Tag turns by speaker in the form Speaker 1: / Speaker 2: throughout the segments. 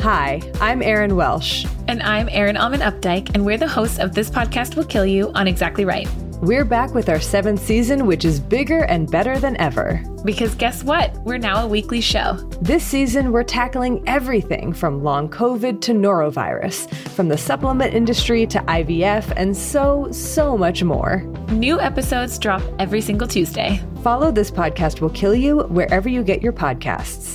Speaker 1: Hi, I'm Erin Welsh.
Speaker 2: And I'm Erin Alman Updike, and we're the hosts of This Podcast Will Kill You on Exactly Right.
Speaker 1: We're back with our seventh season, which is bigger and better than ever.
Speaker 2: Because guess what? We're now a weekly show.
Speaker 1: This season, we're tackling everything from long COVID to norovirus, from the supplement industry to IVF, and so, so much more.
Speaker 2: New episodes drop every single Tuesday.
Speaker 1: Follow This Podcast Will Kill You wherever you get your podcasts.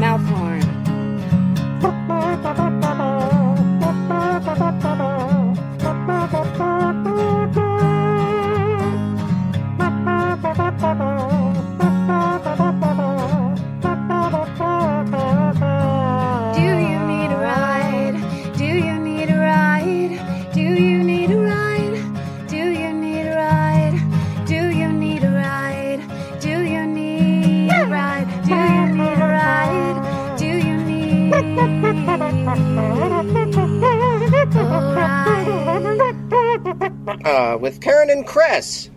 Speaker 3: Mouth horn. Do you need a ride? Do you need a ride? Do you need a ride? Do you need a ride? Do you need a ride? Do you need a ride? Do you need a ride? Do you need a ride?
Speaker 4: Uh, with Karen and Chris.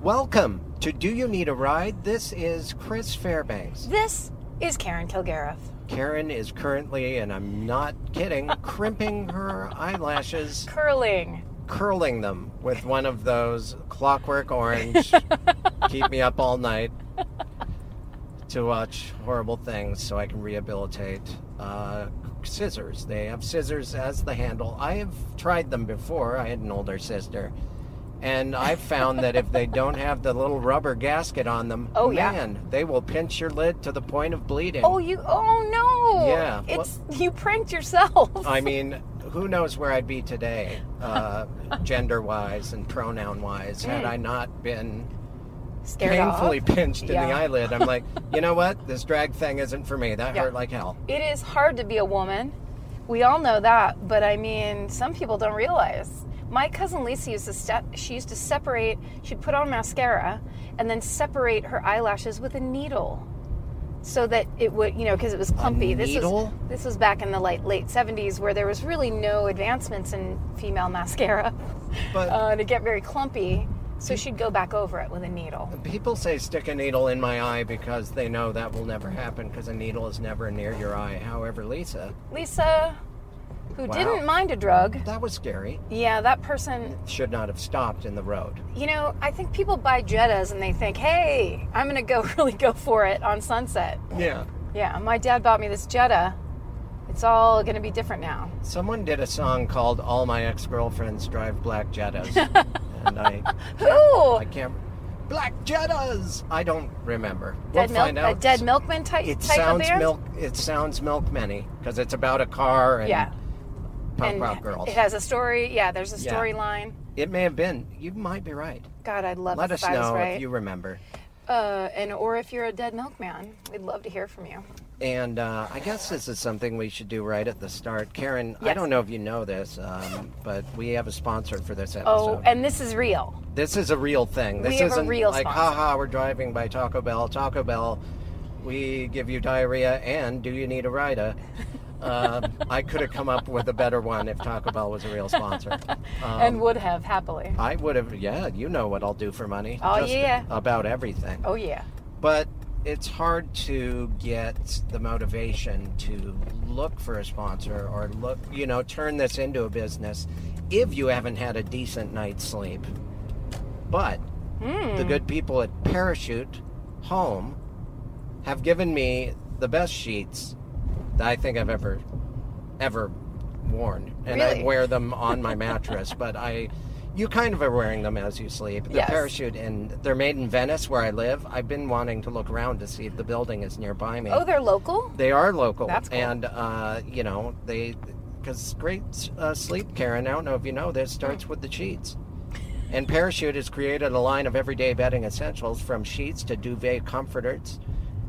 Speaker 4: Welcome to Do You Need a Ride? This is Chris Fairbanks.
Speaker 5: This is Karen Kilgariff.
Speaker 4: Karen is currently, and I'm not kidding, crimping her eyelashes,
Speaker 5: Curling.
Speaker 4: curling them with one of those clockwork orange, keep me up all night to watch horrible things so I can rehabilitate uh, scissors. They have scissors as the handle. I have tried them before. I had an older sister. And I've found that if they don't have the little rubber gasket on them,
Speaker 5: Oh, yeah.
Speaker 4: man, they will pinch your lid to the point of bleeding.
Speaker 5: Oh, you. Oh no.
Speaker 4: Yeah,
Speaker 5: It's you pranked yourself.
Speaker 4: I mean, who knows where I'd be today, uh, gender wise and pronoun wise,
Speaker 5: Mm.
Speaker 4: had I not been
Speaker 5: Scared
Speaker 4: painfully
Speaker 5: off.
Speaker 4: pinched in the
Speaker 5: Yeah.
Speaker 4: eyelid. I'm like, you know what? This drag thing isn't for me. That
Speaker 5: Yeah.
Speaker 4: hurt like hell.
Speaker 5: It is hard to be a woman. We all know that, but I mean, some people don't realize. My cousin Lisa used to step. She used to separate. She'd put on mascara and then separate her eyelashes with a needle, so that it would, you know, because it was clumpy.
Speaker 4: needle?
Speaker 5: This was this was back in the late late '70s, where there was really no advancements in female mascara,
Speaker 4: But-
Speaker 5: uh, to get very clumpy. So she'd go back over it with a needle.
Speaker 4: People say stick a needle in my eye because they know that will never happen because a needle is never near your eye. However, Lisa,
Speaker 5: Lisa, who
Speaker 4: Wow.
Speaker 5: didn't mind a drug,
Speaker 4: that was scary.
Speaker 5: yeah, that person
Speaker 4: Should not have stopped in the road.
Speaker 5: You know, I think people buy Jettas and they think, "Hey, I'm gonna go really go for it on Sunset."
Speaker 4: Yeah.
Speaker 5: Yeah, my dad bought me this Jetta. It's all gonna be different now.
Speaker 4: Someone did a song called All My Ex Girlfriends Drive Black Jettas. and I,
Speaker 5: Who?
Speaker 4: I can't. Black Jettas! I don't remember.
Speaker 5: Dead
Speaker 4: we'll
Speaker 5: milk,
Speaker 4: find out.
Speaker 5: a dead milkman type
Speaker 4: it
Speaker 5: type
Speaker 4: sounds
Speaker 5: of band.
Speaker 4: milk. It sounds milk many because it's about a car and
Speaker 5: Yeah,
Speaker 4: punk
Speaker 5: and
Speaker 4: rock girls.
Speaker 5: it has a story. Yeah, there's a
Speaker 4: Yeah.
Speaker 5: storyline.
Speaker 4: It may have been. You might be right.
Speaker 5: God, I'd love
Speaker 4: Let
Speaker 5: if
Speaker 4: us
Speaker 5: I was
Speaker 4: know
Speaker 5: right.
Speaker 4: if you remember.
Speaker 5: uh, and or if you're a dead milkman, we'd love to hear from you.
Speaker 4: And uh, I guess this is something we should do right at the start. Karen, I
Speaker 5: Yes.
Speaker 4: don't know if you know this, um, but we have a sponsor for this episode.
Speaker 5: Oh, and this is real.
Speaker 4: this is a real thing. This
Speaker 5: have a
Speaker 4: isn't
Speaker 5: real
Speaker 4: like,
Speaker 5: sponsor.
Speaker 4: haha, we're driving by Taco Bell. Taco Bell, we give you diarrhea and do you need a rider? Um, I could have come up with a better one if Taco Bell was a real sponsor. Um,
Speaker 5: and would have happily.
Speaker 4: I would have, yeah, you know what I'll do for money.
Speaker 5: Oh,
Speaker 4: Just
Speaker 5: yeah.
Speaker 4: About everything.
Speaker 5: Oh yeah.
Speaker 4: But it's hard to get the motivation to look for a sponsor or look, you know, turn this into a business if you haven't had a decent night's sleep. But
Speaker 5: Hmm.
Speaker 4: the good people at Parachute Home have given me the best sheets that I think I've ever ever worn. And
Speaker 5: Really?
Speaker 4: I wear them on my mattress, but I you kind of are wearing them as you sleep. The
Speaker 5: Yes.
Speaker 4: parachute and they're made in Venice where I live. I've been wanting to look around to see if the building is nearby me.
Speaker 5: Oh, they're local?
Speaker 4: They are local.
Speaker 5: That's cool.
Speaker 4: And, uh, you know, they, because great uh, sleep care, and I don't know if you know this, starts with the sheets. And Parachute has created a line of everyday bedding essentials from sheets to duvet comforters,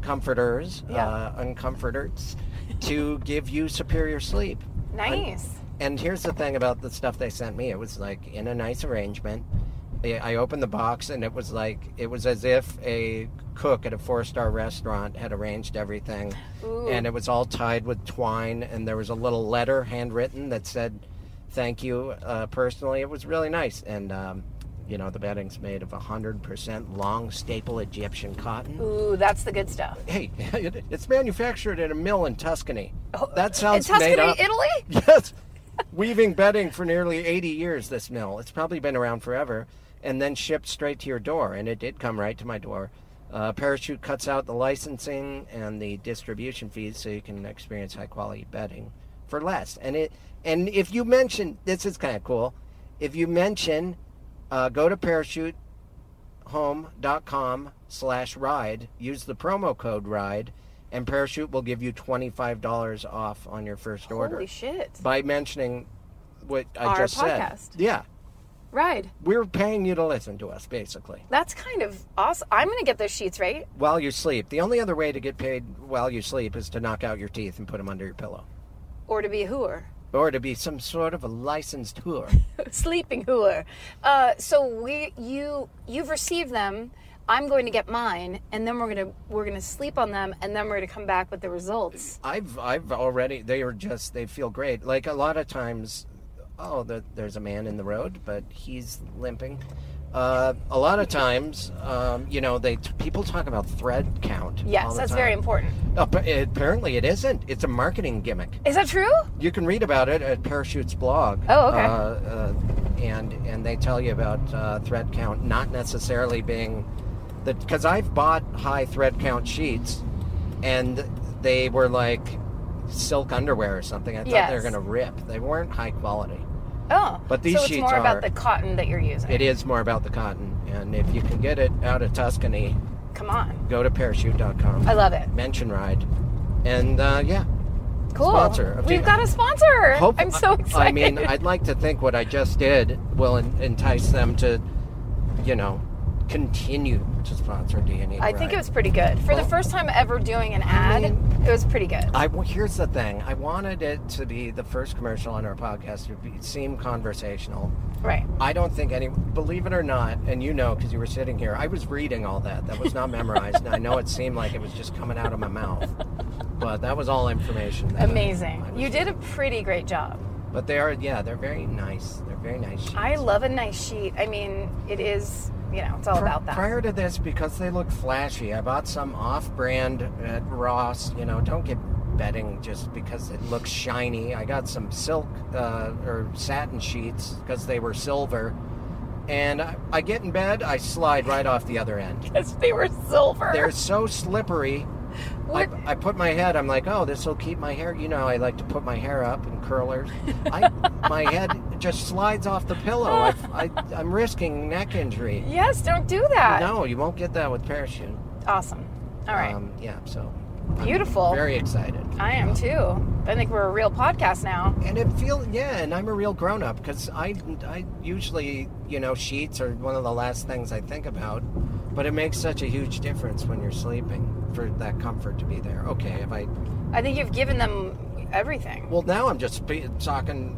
Speaker 4: comforters, uh, uncomforters, to give you superior sleep.
Speaker 5: Nice.
Speaker 4: And here's the thing about the stuff they sent me. It was like in a nice arrangement. I I opened the box and it was like it was as if a cook at a four-star restaurant had arranged everything, and it was all tied with twine. And there was a little letter handwritten that said, "Thank you uh, personally." It was really nice. And um, you know, the bedding's made of hundred percent long staple Egyptian cotton.
Speaker 5: Ooh, that's the good stuff.
Speaker 4: Hey, it, it's manufactured at a mill in Tuscany. that sounds
Speaker 5: Oh, in Tuscany,
Speaker 4: made up.
Speaker 5: Italy?
Speaker 4: Yes. Weaving bedding for nearly 80 years, this mill. It's probably been around forever. And then shipped straight to your door. And it did come right to my door. Uh, Parachute cuts out the licensing and the distribution fees so you can experience high quality bedding for less. And it and if you mention, this is kind of cool. If you mention, uh, go to Parachute home.com slash ride use the promo code ride and parachute will give you $25 off on your first order
Speaker 5: Holy shit.
Speaker 4: by mentioning what i
Speaker 5: Our
Speaker 4: just
Speaker 5: podcast.
Speaker 4: said yeah
Speaker 5: Ride.
Speaker 4: we're paying you to listen to us basically
Speaker 5: That's kind of awesome. I'm going to get those sheets, right?
Speaker 4: while you sleep the only other way to get paid while you sleep is to knock out your teeth and put them under your pillow
Speaker 5: Or to be a hooer.
Speaker 4: or to be some sort of a licensed whore
Speaker 5: Sleeping hooer. Uh, so we, you, you've received them. I'm going to get mine, and then we're gonna we're gonna sleep on them, and then we're gonna come back with the results.
Speaker 4: I've I've already they are just they feel great. Like a lot of times, oh, there, there's a man in the road, but he's limping. Uh, a lot of times, um, you know, they people talk about thread count. all
Speaker 5: Yes,
Speaker 4: the
Speaker 5: that's very
Speaker 4: time.
Speaker 5: important.
Speaker 4: Appa- Apparently, it isn't. It's a marketing gimmick.
Speaker 5: Is that true?
Speaker 4: You can read about it at Parachute's blog.
Speaker 5: Oh, okay.
Speaker 4: Uh, uh, and and they tell you about uh, thread count not necessarily being the because I've bought high thread count sheets, and they were like silk underwear or something. I thought they were
Speaker 5: Yes.
Speaker 4: going to rip. They weren't high quality.
Speaker 5: Oh,
Speaker 4: But these
Speaker 5: so it's
Speaker 4: sheets
Speaker 5: more about
Speaker 4: are-
Speaker 5: the cotton that you're using.
Speaker 4: It is more about the cotton, and if you can get it out of Tuscany,
Speaker 5: Come on,
Speaker 4: go to parachute.com.
Speaker 5: I love it.
Speaker 4: Mention ride, and uh, yeah,
Speaker 5: Cool.
Speaker 4: Sponsor of the-
Speaker 5: We've got a sponsor.
Speaker 4: Hope-
Speaker 5: I'm so excited.
Speaker 4: I mean, I'd like to think what I just did will en- entice them to, you know, continue to sponsor E DNA.
Speaker 5: I think it was pretty good for
Speaker 4: Oh.
Speaker 5: the first time ever doing an ad. it was pretty good.
Speaker 4: I w- here's the thing. I wanted it to be the first commercial on our podcast to be, seem conversational.
Speaker 5: right.
Speaker 4: I don't think any. Believe it or not, and you know because you were sitting here. I was reading all that. That was not memorized. and I know it seemed like it was just coming out of my mouth, but that was all information. that I-
Speaker 5: Amazing.
Speaker 4: I was
Speaker 5: You did a pretty great job.
Speaker 4: But they are, yeah, they're very nice. They're very nice.
Speaker 5: I love a nice sheet. I mean, it is, you know, it's all
Speaker 4: Pri-
Speaker 5: about that.
Speaker 4: Prior to this, because they look flashy, I bought some off-brand at Ross. You know, don't get bedding just because it looks shiny. I got some silk uh, or satin sheets because they were silver, and I, I get in bed, I slide right off the other end.
Speaker 5: Yes, they were silver.
Speaker 4: They're so slippery. I,
Speaker 5: What-
Speaker 4: I put my head. I'm like, oh, this will keep my hair. You know, I like to put my hair up in curlers. I, my head just slides off the pillow. I, I, I'm risking neck injury.
Speaker 5: yes, don't do that.
Speaker 4: No, you won't get that with parachute.
Speaker 5: Awesome. All right.
Speaker 4: Um, yeah, so
Speaker 5: Beautiful.
Speaker 4: very excited.
Speaker 5: I am too. I think we're a real podcast now.
Speaker 4: And it feels yeah, and I'm a real grown up because I I usually you know sheets are one of the last things I think about, but it makes such a huge difference when you're sleeping for that comfort to be there. Okay, if I
Speaker 5: I think you've given them everything.
Speaker 4: well now I'm just be, talking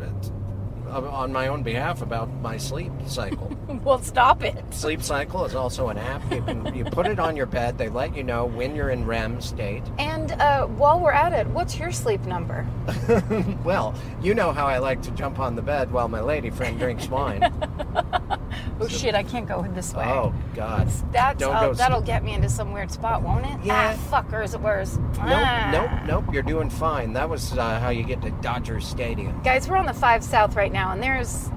Speaker 4: uh, on my own behalf about my sleep cycle.
Speaker 5: Well, stop it.
Speaker 4: sleep cycle is also an app. You can you put it on your bed. They let you know when you're in REM state.
Speaker 5: And uh, while we're at it, what's your sleep number?
Speaker 4: Well, you know how I like to jump on the bed while my lady friend drinks wine.
Speaker 5: Oh shit! I can't go this way.
Speaker 4: Oh God.
Speaker 5: That's
Speaker 4: Don't
Speaker 5: oh,
Speaker 4: go.
Speaker 5: that'll get me into some weird spot, won't it?
Speaker 4: Yeah.
Speaker 5: Ah, fuck, or is it Ah. worse?
Speaker 4: Nope, nope, nope. You're doing fine. That was uh, how you get to Dodger Stadium.
Speaker 5: Guys, we're on the five south right now, and there's,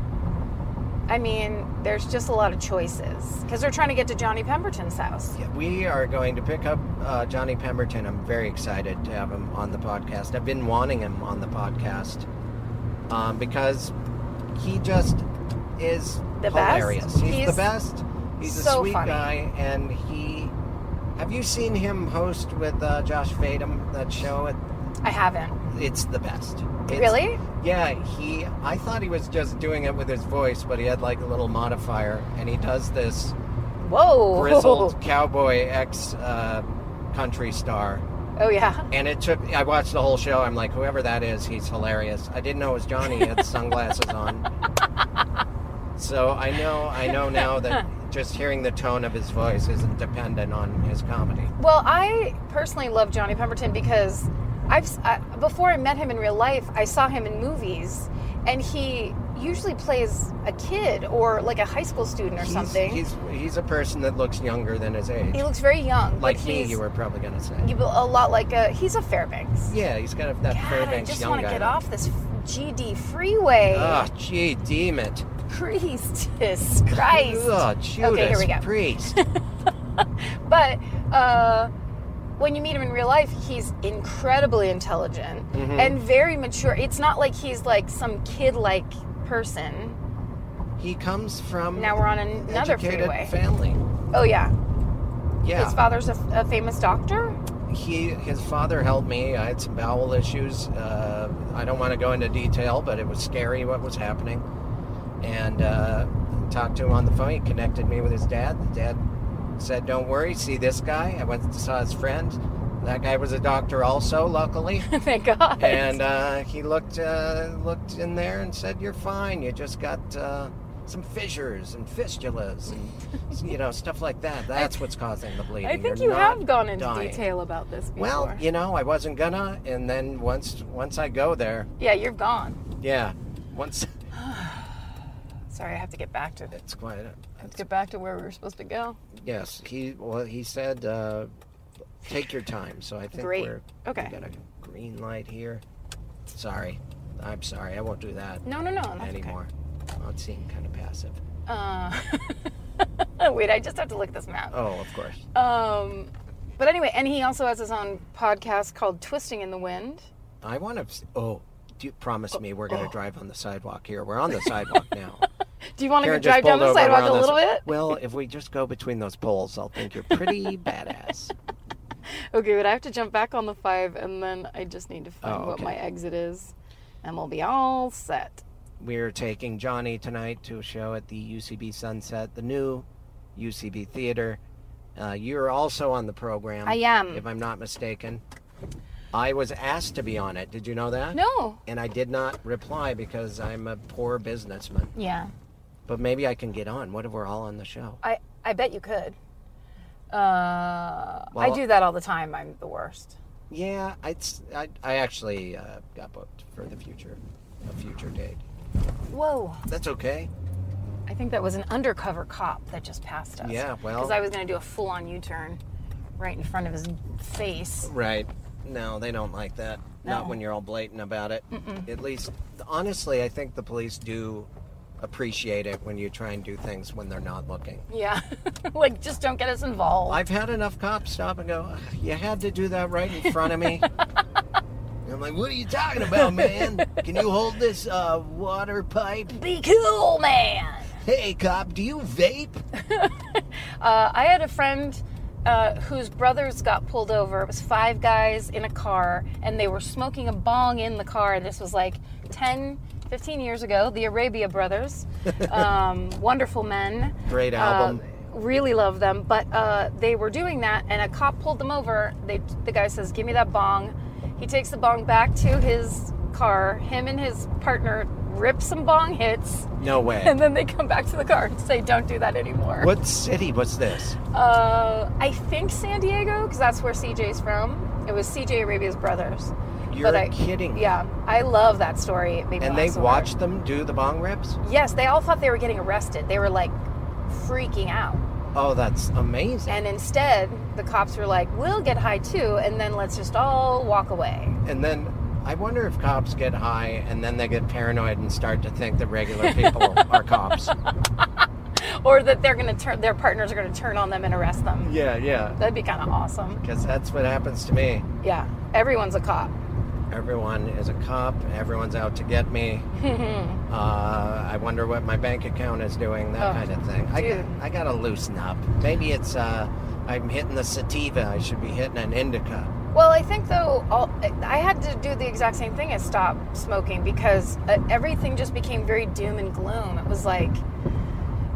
Speaker 5: I mean, there's just a lot of choices because they're trying to get to Johnny Pemberton's house.
Speaker 4: Yeah, We are going to pick up uh, Johnny Pemberton. I'm very excited to have him on the podcast. I've been wanting him on the podcast um, because he just is
Speaker 5: The best?
Speaker 4: hilarious. He's,
Speaker 5: He's
Speaker 4: the best. He's
Speaker 5: so
Speaker 4: a sweet
Speaker 5: funny.
Speaker 4: guy, and he. Have you seen him host with uh, Josh Fadem that show? It,
Speaker 5: I haven't.
Speaker 4: it's the best. It's-
Speaker 5: Really?
Speaker 4: Yeah, he. I thought he was just doing it with his voice, but he had like a little modifier, and he does this
Speaker 5: Whoa.
Speaker 4: grizzled cowboy ex uh, country star.
Speaker 5: Oh yeah.
Speaker 4: And it took. I watched the whole show. I'm like, whoever that is, he's hilarious. I didn't know it was Johnny. He had sunglasses on. So I know. I know now that just hearing the tone of his voice isn't dependent on his comedy.
Speaker 5: Well, I personally love Johnny Pemberton because I've s- I, before I met him in real life, I saw him in movies, and he usually plays a kid or like a high school student or
Speaker 4: He's-
Speaker 5: something.
Speaker 4: He's he's a person that looks younger than his age.
Speaker 5: he looks very young. but
Speaker 4: like me,
Speaker 5: he's-
Speaker 4: you were probably gonna say.
Speaker 5: you- a lot like a he's a Fairbanks.
Speaker 4: Yeah, he's got that
Speaker 5: God, I
Speaker 4: Fairbanks
Speaker 5: just
Speaker 4: young
Speaker 5: want to
Speaker 4: guy.
Speaker 5: get off this f- GD freeway.
Speaker 4: Oh, gee, damn it.
Speaker 5: Priestess, Christ.
Speaker 4: Oh, Judas
Speaker 5: okay, here we go.
Speaker 4: Priest.
Speaker 5: But uh, when you meet him in real life, he's incredibly intelligent
Speaker 4: Mm-hmm.
Speaker 5: and very mature. It's not like he's like some kid-like person.
Speaker 4: he comes from
Speaker 5: Now we're on an- another
Speaker 4: educated
Speaker 5: freeway.
Speaker 4: family.
Speaker 5: Oh yeah,
Speaker 4: Yeah.
Speaker 5: his father's a, a famous doctor.
Speaker 4: he his father helped me. I had some bowel issues. Uh, I don't want to go into detail, but it was scary what was happening. And uh, talked to him on the phone. He connected me with his dad. The dad said, "Don't worry. See this guy." I went and saw his friend. That guy was a doctor, also. Luckily.
Speaker 5: Thank God.
Speaker 4: and uh, he looked uh, looked in there and said, "You're fine. You just got uh, some fissures and fistulas, and you know stuff like that. That's what's causing the bleeding."
Speaker 5: I think
Speaker 4: You're
Speaker 5: you
Speaker 4: not
Speaker 5: have gone into
Speaker 4: dying."
Speaker 5: detail about this before.
Speaker 4: Well, you know, I wasn't gonna, and then once once I go there,
Speaker 5: yeah, you're gone.
Speaker 4: yeah, once
Speaker 5: Sorry, I have to get back to this.
Speaker 4: it's quite.
Speaker 5: Let's get back to where we were supposed to go.
Speaker 4: Yes, he well he said, uh, "Take your time." So I think
Speaker 5: Great.
Speaker 4: we're
Speaker 5: Okay.
Speaker 4: We got a green light here. Sorry, I'm sorry. I won't do that
Speaker 5: No, no, no, that's okay.
Speaker 4: anymore. Well, it seemed kind of passive.
Speaker 5: Uh, wait, I just have to look at this map.
Speaker 4: Oh, of course.
Speaker 5: Um, but anyway, and he also has his own podcast called Twisting in the Wind.
Speaker 4: I want to. Oh, do you promise me we're going
Speaker 5: oh.
Speaker 4: to drive on the sidewalk here? We're on the sidewalk now.
Speaker 5: Do you want to
Speaker 4: Karen
Speaker 5: drive
Speaker 4: just
Speaker 5: down
Speaker 4: pulled
Speaker 5: the
Speaker 4: over. We're
Speaker 5: sidewalk
Speaker 4: on
Speaker 5: a
Speaker 4: the
Speaker 5: little
Speaker 4: si-
Speaker 5: bit?
Speaker 4: Well, if we just go between those poles, I'll think you're pretty badass.
Speaker 5: Okay, but I have to jump back on the five, and then I just need to find
Speaker 4: Oh,
Speaker 5: what
Speaker 4: okay.
Speaker 5: my exit is, and we'll be all set.
Speaker 4: We're taking Johnny tonight to a show at the UCB Sunset, the new UCB Theater. Uh, you're also on the program.
Speaker 5: I am.
Speaker 4: If I'm not mistaken. I was asked to be on it. Did you know that?
Speaker 5: No.
Speaker 4: And I did not reply because I'm a poor businessman.
Speaker 5: Yeah.
Speaker 4: But maybe I can get on. What if we're all on the show?
Speaker 5: I I bet you could. Uh, I
Speaker 4: Well-
Speaker 5: do that all the time. I'm the worst.
Speaker 4: Yeah, it's, I, I actually uh, got booked for the future, a future date.
Speaker 5: Whoa!
Speaker 4: That's okay.
Speaker 5: I think that was an undercover cop that just passed us.
Speaker 4: Yeah, well-
Speaker 5: because I was going to do a full-on U-turn right in front of his face.
Speaker 4: Right. No, they don't like that. Not
Speaker 5: No.
Speaker 4: when you're all blatant about it. At least, honestly, I think the police do appreciate it when you try and do things when they're not looking.
Speaker 5: Yeah, like just don't get us involved.
Speaker 4: I've had enough cops stop and go, "Ugh, you had to do that right in front of me. And I'm like, what are you talking about, man? Can you hold this uh, water pipe?
Speaker 5: Be cool, man.
Speaker 4: Hey, cop, do you vape?
Speaker 5: Uh, I had a friend uh, whose brothers got pulled over. It was five guys in a car, and they were smoking a bong in the car. This was like 10, 15 years ago. The Arabia Brothers, um, wonderful men. Uh,
Speaker 4: Great album.
Speaker 5: Really love them, but uh, they were doing that, and a cop pulled them over. They, the guy says, "Give me that bong." He takes the bong back to his car. Him and his partner rip some bong hits,
Speaker 4: no way.
Speaker 5: and then they come back to the car and say, "Don't do that anymore."
Speaker 4: What city was this?
Speaker 5: Uh, I think San Diego, because that's where CJ's from. It was CJ Arabia's brothers.
Speaker 4: You're
Speaker 5: I-
Speaker 4: kidding.
Speaker 5: Yeah, I love that story. It made me
Speaker 4: And
Speaker 5: laugh
Speaker 4: they
Speaker 5: so hard.
Speaker 4: watched them do the bong rips?
Speaker 5: Yes, they all thought they were getting arrested. They were like freaking out.
Speaker 4: Oh, that's amazing.
Speaker 5: And instead, the cops were like, we'll get high too, and then let's just all walk away.
Speaker 4: And then I wonder if cops get high and then they get paranoid and start to think that regular people are cops.
Speaker 5: Or that they're going to turn, their partners are going to turn on them and arrest them.
Speaker 4: Yeah, yeah.
Speaker 5: That'd be kind of awesome.
Speaker 4: Because that's what happens to me.
Speaker 5: Yeah. Everyone's a cop.
Speaker 4: Everyone is a cop. Everyone's out to get me. uh, I wonder what my bank account is doing. That
Speaker 5: Oh,
Speaker 4: kind of thing. I
Speaker 5: dude.
Speaker 4: got, I gotta loosen up. Maybe it's uh, I'm hitting the sativa. I should be hitting an indica.
Speaker 5: Well, I think though, all, I had to do the exact same thing as stop smoking because uh, everything just became very doom and gloom. It was like,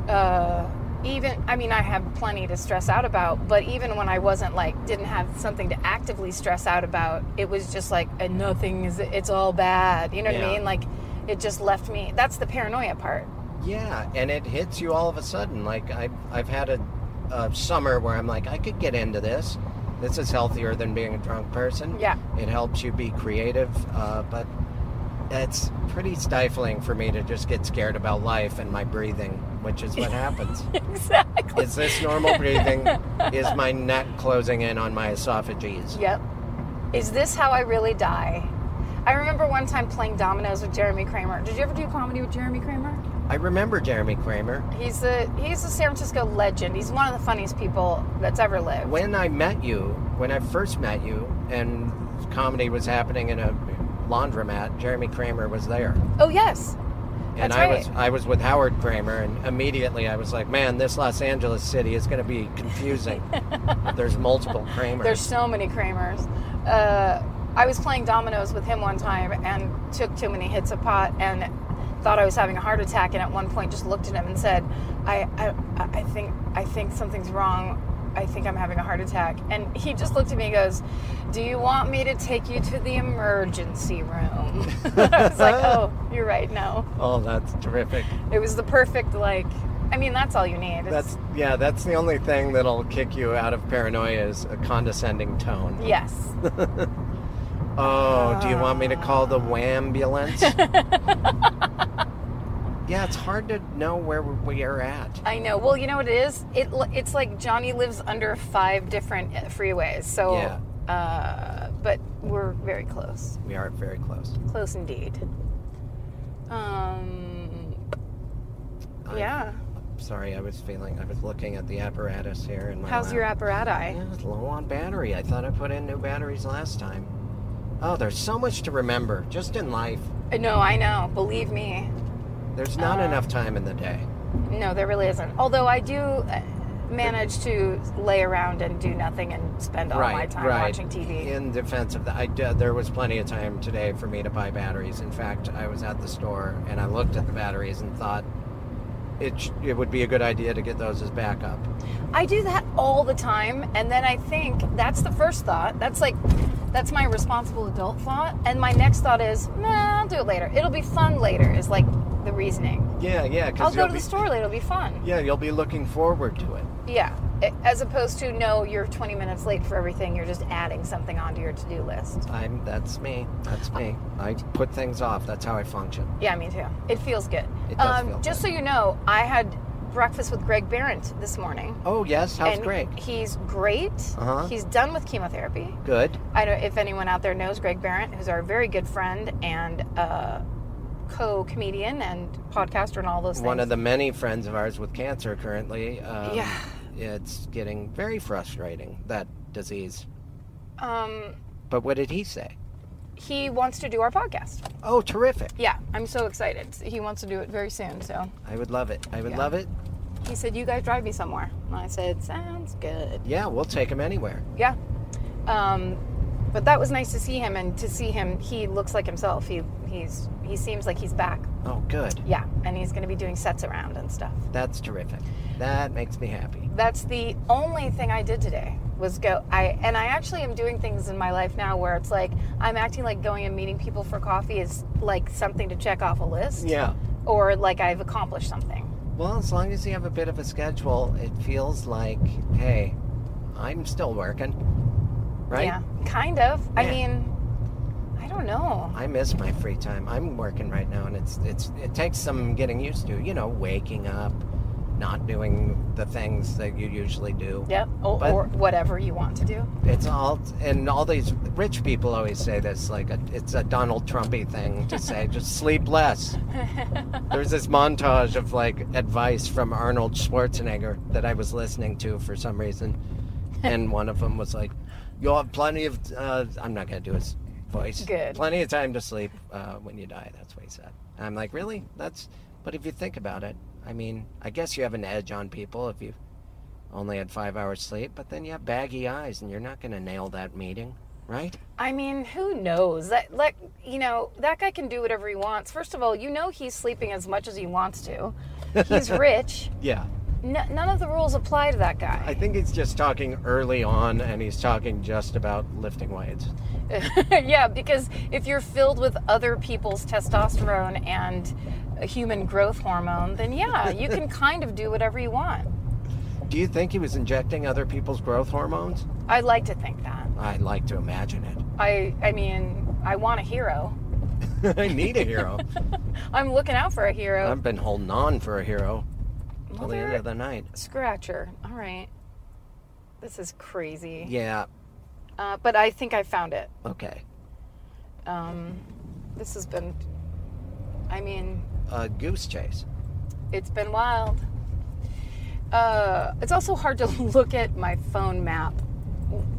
Speaker 5: uh, even, I mean, I had plenty to stress out about, but even when I wasn't like, didn't have something to actively stress out about, it was just like, and nothing is, it's all bad. You know what
Speaker 4: Yeah.
Speaker 5: I mean? Like, it just left me, that's the paranoia part.
Speaker 4: Yeah, and it hits you all of a sudden. Like I've I've had a, a summer where I'm like I could get into this. This is healthier than being a drunk person.
Speaker 5: Yeah.
Speaker 4: it helps you be creative, uh, but it's pretty stifling for me to just get scared about life and my breathing, which is what happens.
Speaker 5: Exactly.
Speaker 4: Is this normal breathing? Is my neck closing in on my esophages?
Speaker 5: Yep. Is this how I really die? I remember one time playing dominoes with Jeremy Kramer. Did you ever do comedy with Jeremy Kramer?
Speaker 4: I remember Jeremy Kramer.
Speaker 5: He's a he's a San Francisco legend. He's one of the funniest people that's ever lived.
Speaker 4: When I met you, when I first met you, and comedy was happening in a laundromat, Jeremy Kramer was there.
Speaker 5: oh yes.
Speaker 4: And
Speaker 5: That's
Speaker 4: I
Speaker 5: right.
Speaker 4: was I was with Howard Kramer and immediately I was like, Man, this Los Angeles city is gonna be confusing. There's multiple Kramers.
Speaker 5: There's so many Kramers. Uh, I was playing dominoes with him one time and took too many hits of pot and thought I was having a heart attack and at one point just looked at him and said, I, I, I think I think something's wrong. I think I'm having a heart attack. And he just looked at me and goes, Do you want me to take you to the emergency room? I was like, Oh, you're right, no.
Speaker 4: oh that's terrific.
Speaker 5: It was the perfect like I mean that's all you need. It's-
Speaker 4: That's yeah, that's the only thing that'll kick you out of paranoia is a condescending tone.
Speaker 5: yes.
Speaker 4: Oh, do you want me to call the ambulance? yeah, it's hard to know where we are at.
Speaker 5: I know. Well, you know what it is? It l- it's like Johnny lives under five different uh, freeways. So uh but we're very close.
Speaker 4: We are very close.
Speaker 5: Close indeed. Um
Speaker 4: I'm
Speaker 5: yeah.
Speaker 4: Sorry, I was feeling. I was looking at the apparatus here, and my
Speaker 5: How's
Speaker 4: lap-
Speaker 5: your apparatus?
Speaker 4: Yeah, it's low on battery. I thought I put in new batteries last time. Oh, there's so much to remember just in life.
Speaker 5: Uh, No, I know. Believe me.
Speaker 4: There's not
Speaker 5: Uh,
Speaker 4: enough time in the day.
Speaker 5: No, there really isn't. Although I do uh, manage to lay around and do nothing and spend all my time watching TV.
Speaker 4: In defense of that, I did, there was plenty of time today for me to buy batteries. In fact, I was at the store and I looked at the batteries and thought it sh- it would be a good idea to get those as backup.
Speaker 5: I do that all the time, and then I think that's the first thought. That's like, that's my responsible adult thought. And my next thought is, nah, I'll do it later. It'll be fun later, is like the reasoning.
Speaker 4: Yeah, yeah. Cause
Speaker 5: I'll
Speaker 4: you'll
Speaker 5: go to
Speaker 4: be-
Speaker 5: the store later, it'll be fun.
Speaker 4: Yeah, you'll be looking forward to it.
Speaker 5: Yeah. A- As opposed to, no, you're 20 minutes late for everything, you're just adding something onto your to do list.
Speaker 4: I'm. That's me. That's me.
Speaker 5: Uh,
Speaker 4: I put things off. That's how I function.
Speaker 5: Yeah, me too. It feels good. Um,
Speaker 4: It does feel
Speaker 5: just
Speaker 4: good.
Speaker 5: so you know, I had breakfast with Greg Barrett this morning.
Speaker 4: Oh yes, how's
Speaker 5: and
Speaker 4: Greg?
Speaker 5: He's great.
Speaker 4: Uh-huh.
Speaker 5: He's done with chemotherapy.
Speaker 4: Good.
Speaker 5: I don't if anyone out there knows Greg Barrett, who's our very good friend and uh, co-comedian and podcaster and all those things.
Speaker 4: One of the many friends of ours with cancer currently. Um,
Speaker 5: Yeah.
Speaker 4: It's getting very frustrating that disease.
Speaker 5: um,
Speaker 4: But what did he say?
Speaker 5: he wants to do our podcast.
Speaker 4: Oh, terrific.
Speaker 5: Yeah, I'm so excited. He wants to do it very soon. So
Speaker 4: I would love it. I would love it.
Speaker 5: he said, "You guys drive me somewhere," and I said, "Sounds good."
Speaker 4: Yeah, we'll take him anywhere.
Speaker 5: Yeah. Um, but that was nice to see him, and to see him, he looks like himself. He he's he seems like he's back.
Speaker 4: Oh, good.
Speaker 5: Yeah, and he's going to be doing sets around and stuff.
Speaker 4: That's terrific. That makes me happy.
Speaker 5: that's the only thing I did today was go I and I actually am doing things in my life now where it's like I'm acting like going and meeting people for coffee is like something to check off a list
Speaker 4: Yeah.
Speaker 5: or like I've accomplished something.
Speaker 4: Well, as long as you have a bit of a schedule, it feels like, hey, I'm still working. Right?
Speaker 5: Yeah, kind of. I
Speaker 4: Yeah.
Speaker 5: mean, I don't know.
Speaker 4: I miss my free time. I'm working right now, and it's it's it takes some getting used to. You know, waking up, not doing the things that you usually do.
Speaker 5: Yep. Or,
Speaker 4: But-
Speaker 5: or whatever you want to do.
Speaker 4: It's all, and all these rich people always say this, like a, it's a Donald Trumpy thing to say, just sleep less. There's this montage of like advice from Arnold Schwarzenegger that I was listening to for some reason, and one of them was like, "You'll have plenty of," uh, I'm not gonna do his voice.
Speaker 5: Good.
Speaker 4: Plenty of time to sleep uh, when you die. That's what he said. And I'm like, really? That's. But if you think about it, I mean, I guess you have an edge on people if you only had five hours sleep, but then you have baggy eyes and you're not going to nail that meeting, right?
Speaker 5: I mean, who knows? That like you know, that guy can do whatever he wants. First of all, you know he's sleeping as much as he wants to. He's rich.
Speaker 4: Yeah.
Speaker 5: N- none of the rules apply to that
Speaker 4: I
Speaker 5: guy.
Speaker 4: think he's just talking early on and he's talking just about lifting weights.
Speaker 5: yeah, because if you're filled with other people's testosterone and human growth hormone, then yeah, you can kind of do whatever you want.
Speaker 4: Do you think he was injecting other people's growth hormones?
Speaker 5: I like to think that.
Speaker 4: I like to imagine it.
Speaker 5: I I mean, I want a hero.
Speaker 4: I need a hero.
Speaker 5: I'm looking out for a hero.
Speaker 4: I've been holding on for a hero till the end
Speaker 5: Mother-
Speaker 4: of the night.
Speaker 5: Scratcher. All right. This is crazy.
Speaker 4: Yeah,
Speaker 5: Uh, but I think I found it.
Speaker 4: okay.
Speaker 5: Um, this has been, I mean,
Speaker 4: A goose chase.
Speaker 5: it's been wild. Uh, it's also hard to look at my phone map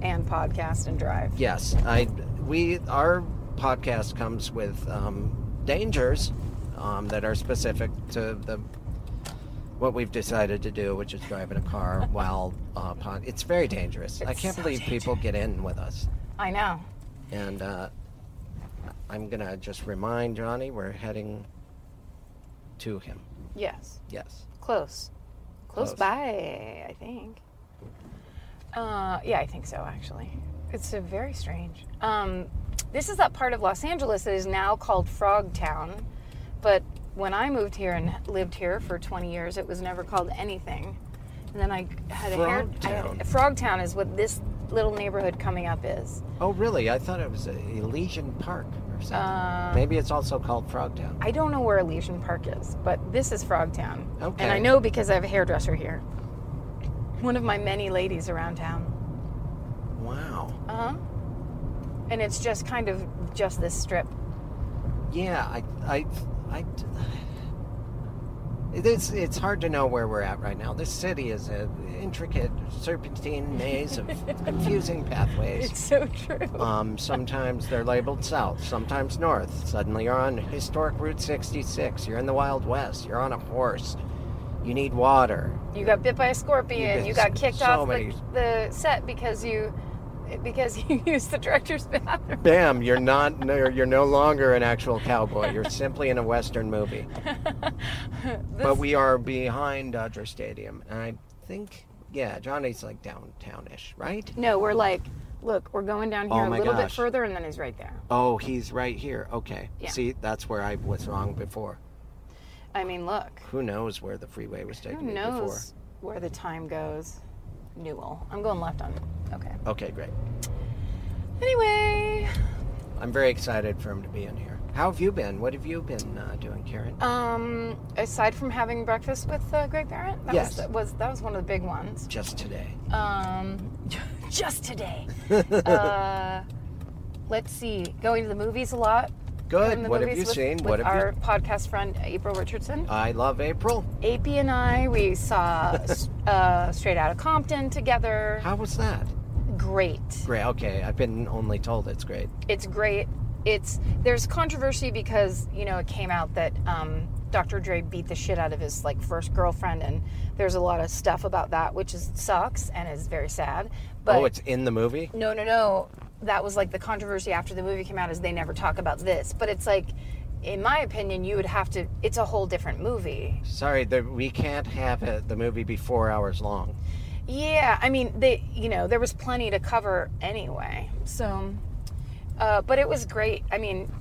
Speaker 5: and podcast and drive.
Speaker 4: Yes, I we our podcast comes with um, dangers um, that are specific to the what we've decided to do, which is driving a car while uh, pod, it's very dangerous. I
Speaker 5: It's
Speaker 4: can't
Speaker 5: so
Speaker 4: believe people get in with us.
Speaker 5: I know.
Speaker 4: And uh, I'm gonna just remind Johnny we're heading to him.
Speaker 5: Yes.
Speaker 4: Yes,
Speaker 5: Close. Close,
Speaker 4: Close.
Speaker 5: by, I think. Uh, yeah, I think so, actually. It's a very strange. Um, this is that part of Los Angeles that is now called Frog Town, but when I moved here and lived here for 20 years, it was never called anything. And then I had a hair. I had-
Speaker 4: Frogtown.
Speaker 5: Frog Town is what this little neighborhood coming up is.
Speaker 4: Oh, really? I thought it was uh, Elysian Park or something.
Speaker 5: Uh,
Speaker 4: Maybe it's also called Frogtown.
Speaker 5: I don't know where Elysian Park is, but this is Frogtown.
Speaker 4: Okay.
Speaker 5: And I know because I have a hairdresser here. One of my many ladies around town.
Speaker 4: Wow.
Speaker 5: Uh huh. And it's just kind of just this strip.
Speaker 4: Yeah, I, I, I. It's it's hard to know where we're at right now. This city is an intricate serpentine maze of confusing pathways.
Speaker 5: It's so true.
Speaker 4: Um, sometimes they're labeled south, sometimes north. Suddenly you're on historic Route 66. You're in the Wild West. You're on a horse. You need water.
Speaker 5: You got bit by a scorpion.
Speaker 4: You've
Speaker 5: You
Speaker 4: been
Speaker 5: got kicked
Speaker 4: so
Speaker 5: off
Speaker 4: many-
Speaker 5: the, the set because you because you used the director's bathroom.
Speaker 4: Bam! You're not. no, You're you're no longer an actual cowboy. You're simply in a western movie. But we are behind Dodger Stadium, and I think, yeah, Johnny's like downtownish, right?
Speaker 5: No, we're like, look, we're going down here
Speaker 4: Oh
Speaker 5: a
Speaker 4: my
Speaker 5: little bit
Speaker 4: gosh.
Speaker 5: further, and then he's right there.
Speaker 4: Oh, he's right here. Okay.
Speaker 5: Yeah.
Speaker 4: See, that's where I was wrong before.
Speaker 5: I mean, look.
Speaker 4: Who knows where the freeway was taking
Speaker 5: Who
Speaker 4: me before?
Speaker 5: knows where the time goes? Newell. I'm going left on. Okay.
Speaker 4: Okay, great.
Speaker 5: Anyway,
Speaker 4: I'm very excited for him to be in here. How have you been? What have you been uh, doing, Karen?
Speaker 5: um, aside from having breakfast with uh, Greg Barrett, that
Speaker 4: Yes.
Speaker 5: was, was that was one of the big ones.
Speaker 4: Just today.
Speaker 5: Um, just today. uh, let's see. Going to the movies a lot. Going to
Speaker 4: Good.
Speaker 5: the
Speaker 4: What have
Speaker 5: movies
Speaker 4: you
Speaker 5: with-
Speaker 4: seen?
Speaker 5: With
Speaker 4: What have
Speaker 5: our
Speaker 4: you? Uh.
Speaker 5: podcast friend April Richardson.
Speaker 4: I love April.
Speaker 5: AP and I, we saw uh, Straight Out of Compton together.
Speaker 4: How was that?
Speaker 5: Great.
Speaker 4: Great. Okay, I've been only told it's great.
Speaker 5: it's great. It's there's controversy because you know it came out that um, Dr. Dre beat the shit out of his like first girlfriend, and there's a lot of stuff about that, which is sucks and is very sad. But
Speaker 4: oh, it's in the movie.
Speaker 5: no, no, no. That was like the controversy after the movie came out is they never talk about this. But it's like, in my opinion, you would have to. It's a whole different movie.
Speaker 4: Sorry, the, we can't have it, the movie be four hours long.
Speaker 5: Yeah, I mean, they, you know, there was plenty to cover anyway. So, uh, but it was great. I mean,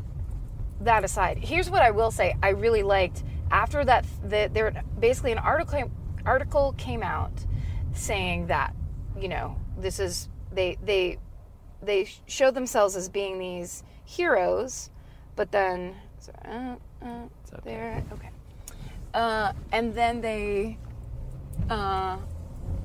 Speaker 5: that aside, here's what I will say: I really liked after that. The, there basically an article article came out saying that you know this is they they they show themselves as being these heroes, but then sorry, uh, uh, there okay, uh, and then they Uh,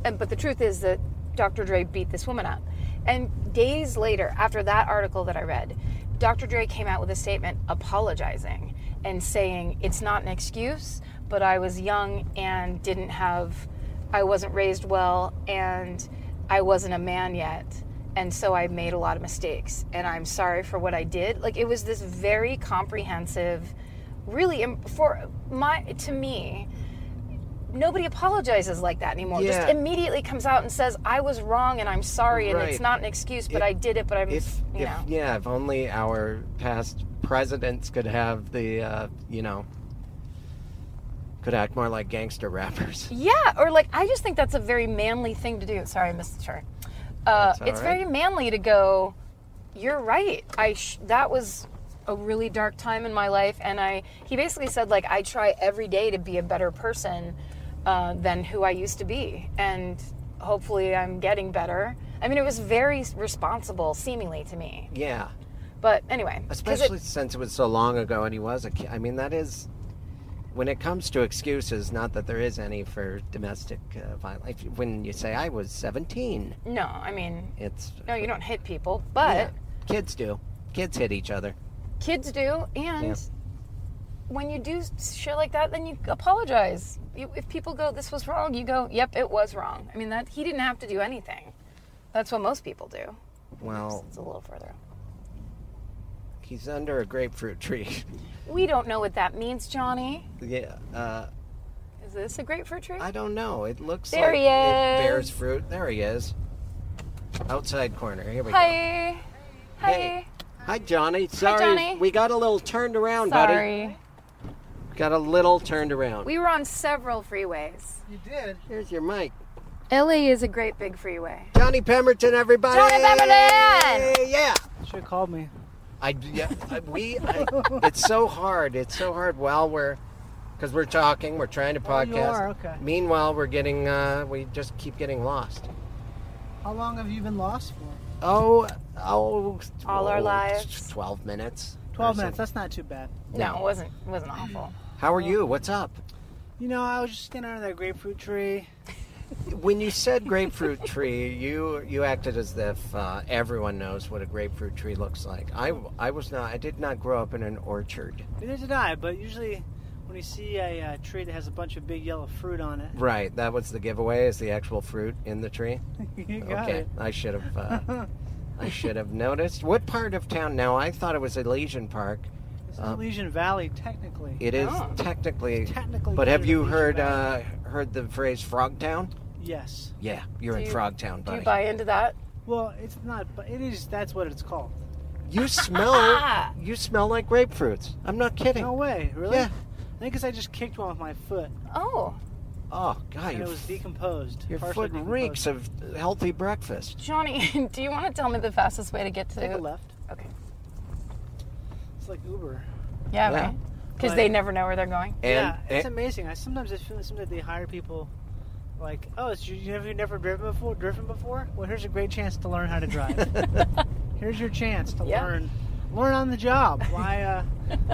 Speaker 5: and, but the truth is that Dr. Dre beat this woman up. And days later, after that article that I read, Dr. Dre came out with a statement apologizing and saying, It's not an excuse, but I was young and didn't have, I wasn't raised well and I wasn't a man yet. And so I made a lot of mistakes and I'm sorry for what I did. Like it was this very comprehensive, really, im- for my, to me, nobody apologizes like that anymore. Just
Speaker 4: Yeah.
Speaker 5: immediately comes out and says, I was wrong and I'm sorry and
Speaker 4: Right.
Speaker 5: it's not an excuse, but I did it, but I'm,
Speaker 4: if,
Speaker 5: you
Speaker 4: if
Speaker 5: know.
Speaker 4: yeah, if only our past presidents could have the, uh, you know, could act more like gangster rappers.
Speaker 5: Yeah, or like I just think that's a very manly thing to do. Sorry, I missed the chart. Uh,
Speaker 4: That's all
Speaker 5: it's
Speaker 4: right.
Speaker 5: very manly to go. You're right. I sh- that was a really dark time in my life, and I he basically said like I try every day to be a better person uh, than who I used to be, and hopefully I'm getting better. I mean, it was very responsible, seemingly to me.
Speaker 4: Yeah,
Speaker 5: But anyway, 'cause it-
Speaker 4: especially since it was so long ago and he was a kid. I mean, that is. When it comes to excuses, not that there is any for domestic uh, violence. When you say I was 17,
Speaker 5: no, I mean,
Speaker 4: it's
Speaker 5: no, you don't hit people, but.
Speaker 4: Yeah, kids do. Kids hit each other.
Speaker 5: kids do and
Speaker 4: Yeah.
Speaker 5: when you do shit like that then you apologize you, if people go this was wrong you go yep it was wrong i mean that he didn't have to do anything that's what most people do
Speaker 4: Well,
Speaker 5: it's a little further
Speaker 4: he's under a grapefruit tree.
Speaker 5: we don't know what that means johnny
Speaker 4: yeah. Uh,
Speaker 5: is this a grapefruit tree
Speaker 4: I don't know. It looks
Speaker 5: There
Speaker 4: like
Speaker 5: he
Speaker 4: it bears
Speaker 5: is.
Speaker 4: fruit. There he is. Outside corner. Here we go.
Speaker 5: hi hi
Speaker 4: Hey. Hi, Johnny. Sorry,
Speaker 5: Johnny.
Speaker 4: we got a little turned around, buddy.
Speaker 5: sorry
Speaker 4: Got a little turned around.
Speaker 5: we were on several freeways
Speaker 4: you did. Here's your mic.
Speaker 5: la is a great big freeway
Speaker 4: Johnny Pemberton, everybody.
Speaker 5: Johnny Pemberton!
Speaker 4: Yeah.
Speaker 6: Should have called me.
Speaker 4: I yeah. I, we. I, it's so hard. It's so hard while we're. Because we're talking, we're trying to
Speaker 5: Oh,
Speaker 4: podcast.
Speaker 6: you are, okay.
Speaker 4: Meanwhile, we're getting, uh, we just keep getting lost.
Speaker 6: How long have you been lost for?
Speaker 4: Oh, oh,
Speaker 5: All our
Speaker 4: 12
Speaker 5: lives.
Speaker 4: Twelve minutes. or
Speaker 6: 12
Speaker 4: something.
Speaker 6: minutes. That's not too bad.
Speaker 5: no it wasn't it wasn't awful
Speaker 4: How are you? What's up?
Speaker 6: You know, I was just standing under that grapefruit tree.
Speaker 4: When you said grapefruit tree, you you acted as if uh, everyone knows what a grapefruit tree looks like. I I was not. I did not grow up in an orchard.
Speaker 6: Neither did I, but usually when you see a uh, tree that has a bunch of big yellow fruit on it,
Speaker 4: Right. That was the giveaway. Is the actual fruit in the tree?
Speaker 6: you got
Speaker 4: okay.
Speaker 6: it.
Speaker 4: I should have. Uh, I should have noticed. What part of town? Now I thought it was Elysian Park.
Speaker 6: It's
Speaker 4: Uh,
Speaker 6: Elysian Valley, technically.
Speaker 4: It is
Speaker 5: Oh.
Speaker 4: technically.
Speaker 6: Technically
Speaker 4: But have
Speaker 6: considered
Speaker 4: you
Speaker 6: Elysian
Speaker 4: heard uh,
Speaker 6: Valley.
Speaker 4: heard the phrase Frog Town?
Speaker 6: yes.
Speaker 4: Yeah, you're in
Speaker 5: you-
Speaker 4: Frog Town,
Speaker 5: do
Speaker 4: buddy.
Speaker 5: you buy into that
Speaker 6: Well, it's not, but it is. That's what it's called.
Speaker 4: You smell. you smell like grapefruits. I'm not kidding.
Speaker 6: No way, really?
Speaker 4: Yeah.
Speaker 6: I think 'cause I just kicked one with my foot,
Speaker 5: oh
Speaker 4: Oh God,
Speaker 6: and
Speaker 4: your,
Speaker 6: it was decomposed.
Speaker 4: your
Speaker 6: partially
Speaker 4: foot reeks
Speaker 6: decomposed.
Speaker 4: of healthy breakfast.
Speaker 5: johnny do you want to tell me the fastest way to get to
Speaker 6: Take a left.
Speaker 5: okay
Speaker 6: It's like Uber.
Speaker 5: Yeah,
Speaker 4: Yeah.
Speaker 5: right. Because
Speaker 6: Like-
Speaker 5: they never know where they're going.
Speaker 4: And,
Speaker 6: yeah, it's
Speaker 4: and-
Speaker 6: amazing. I sometimes I feel sometimes they hire people like, oh, it's, you, you never you've never driven before? Driven before? Well, here's a great chance to learn how to drive. here's your chance to
Speaker 5: Yeah.
Speaker 6: learn learn on the job. Why uh,